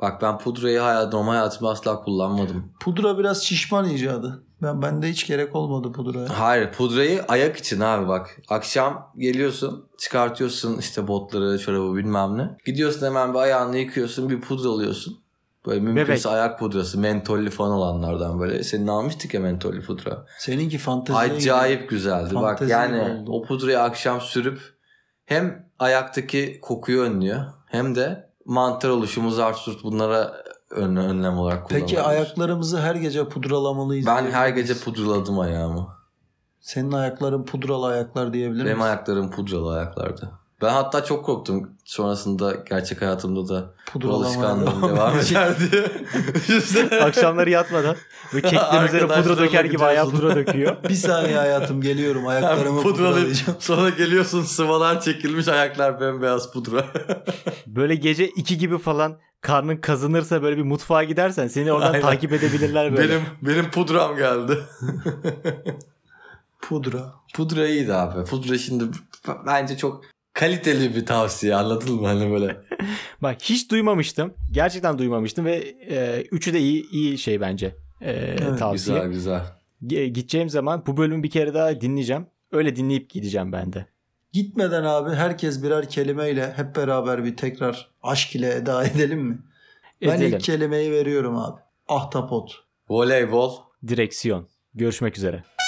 Speaker 2: Bak ben pudrayı hayat, normal hayatımda asla kullanmadım.
Speaker 3: Pudra biraz şişman icadı. Ben bende hiç gerek olmadı pudraya.
Speaker 2: Hayır pudrayı ayak için abi bak. Akşam geliyorsun çıkartıyorsun işte botları çorabı bilmem ne. Gidiyorsun hemen bir ayağını yıkıyorsun bir pudra alıyorsun. Böyle mümkünse
Speaker 1: Bebek.
Speaker 2: ayak pudrası mentollü falan olanlardan böyle. Senin almıştık ya mentollü pudra.
Speaker 3: Seninki fantezi.
Speaker 2: Acayip güzeldi. Bak
Speaker 3: Fantezi
Speaker 2: yani
Speaker 3: oldu.
Speaker 2: o pudrayı akşam sürüp hem ayaktaki kokuyu önlüyor hem de mantar oluşumu zart surt bunlara ön, önlem olarak kullanılıyor.
Speaker 3: Peki ayaklarımızı her gece pudralamalıyız.
Speaker 2: Ben
Speaker 3: diyebilir
Speaker 2: her
Speaker 3: miyiz?
Speaker 2: gece pudraladım ayağımı.
Speaker 3: Senin ayakların pudralı ayaklar diyebilir
Speaker 2: Benim
Speaker 3: miyiz?
Speaker 2: ayaklarım pudralı ayaklardı. Ben hatta çok korktum. Sonrasında gerçek hayatımda da bu
Speaker 3: Pudralama
Speaker 2: alışkanlığım
Speaker 3: devam
Speaker 2: devam
Speaker 3: edecek.
Speaker 2: eder diye. Düşünsene.
Speaker 1: Akşamları yatmadan ve keklerin üzerine pudra
Speaker 2: Arkadaşlarla
Speaker 1: döker gibi ayağı
Speaker 2: gidiyorsun.
Speaker 1: pudra döküyor.
Speaker 3: Bir saniye hayatım geliyorum ayaklarımı
Speaker 2: Pudralı.
Speaker 3: pudralayacağım.
Speaker 2: Sonra geliyorsun sıvalar çekilmiş ayaklar bembeyaz pudra.
Speaker 1: Böyle gece iki gibi falan karnın kazınırsa böyle bir mutfağa gidersen seni oradan
Speaker 2: Aynen.
Speaker 1: takip edebilirler böyle.
Speaker 2: benim benim pudram geldi.
Speaker 3: Pudra.
Speaker 2: Pudra iyiydi abi. Pudra şimdi b- bence çok kaliteli bir tavsiye anladın mı? Hani böyle
Speaker 1: Bak hiç duymamıştım. Gerçekten duymamıştım ve e, üçü de iyi iyi şey bence. E, tavsiye.
Speaker 2: güzel güzel.
Speaker 1: Ge- Gideceğim zaman bu bölümü bir kere daha dinleyeceğim. Öyle dinleyip gideceğim ben de.
Speaker 3: Gitmeden abi herkes birer kelimeyle hep beraber bir tekrar aşk ile eda edelim mi? Ben
Speaker 1: Edelim.
Speaker 3: ilk kelimeyi veriyorum abi. Ahtapot.
Speaker 2: Voleybol.
Speaker 1: Direksiyon. Görüşmek üzere.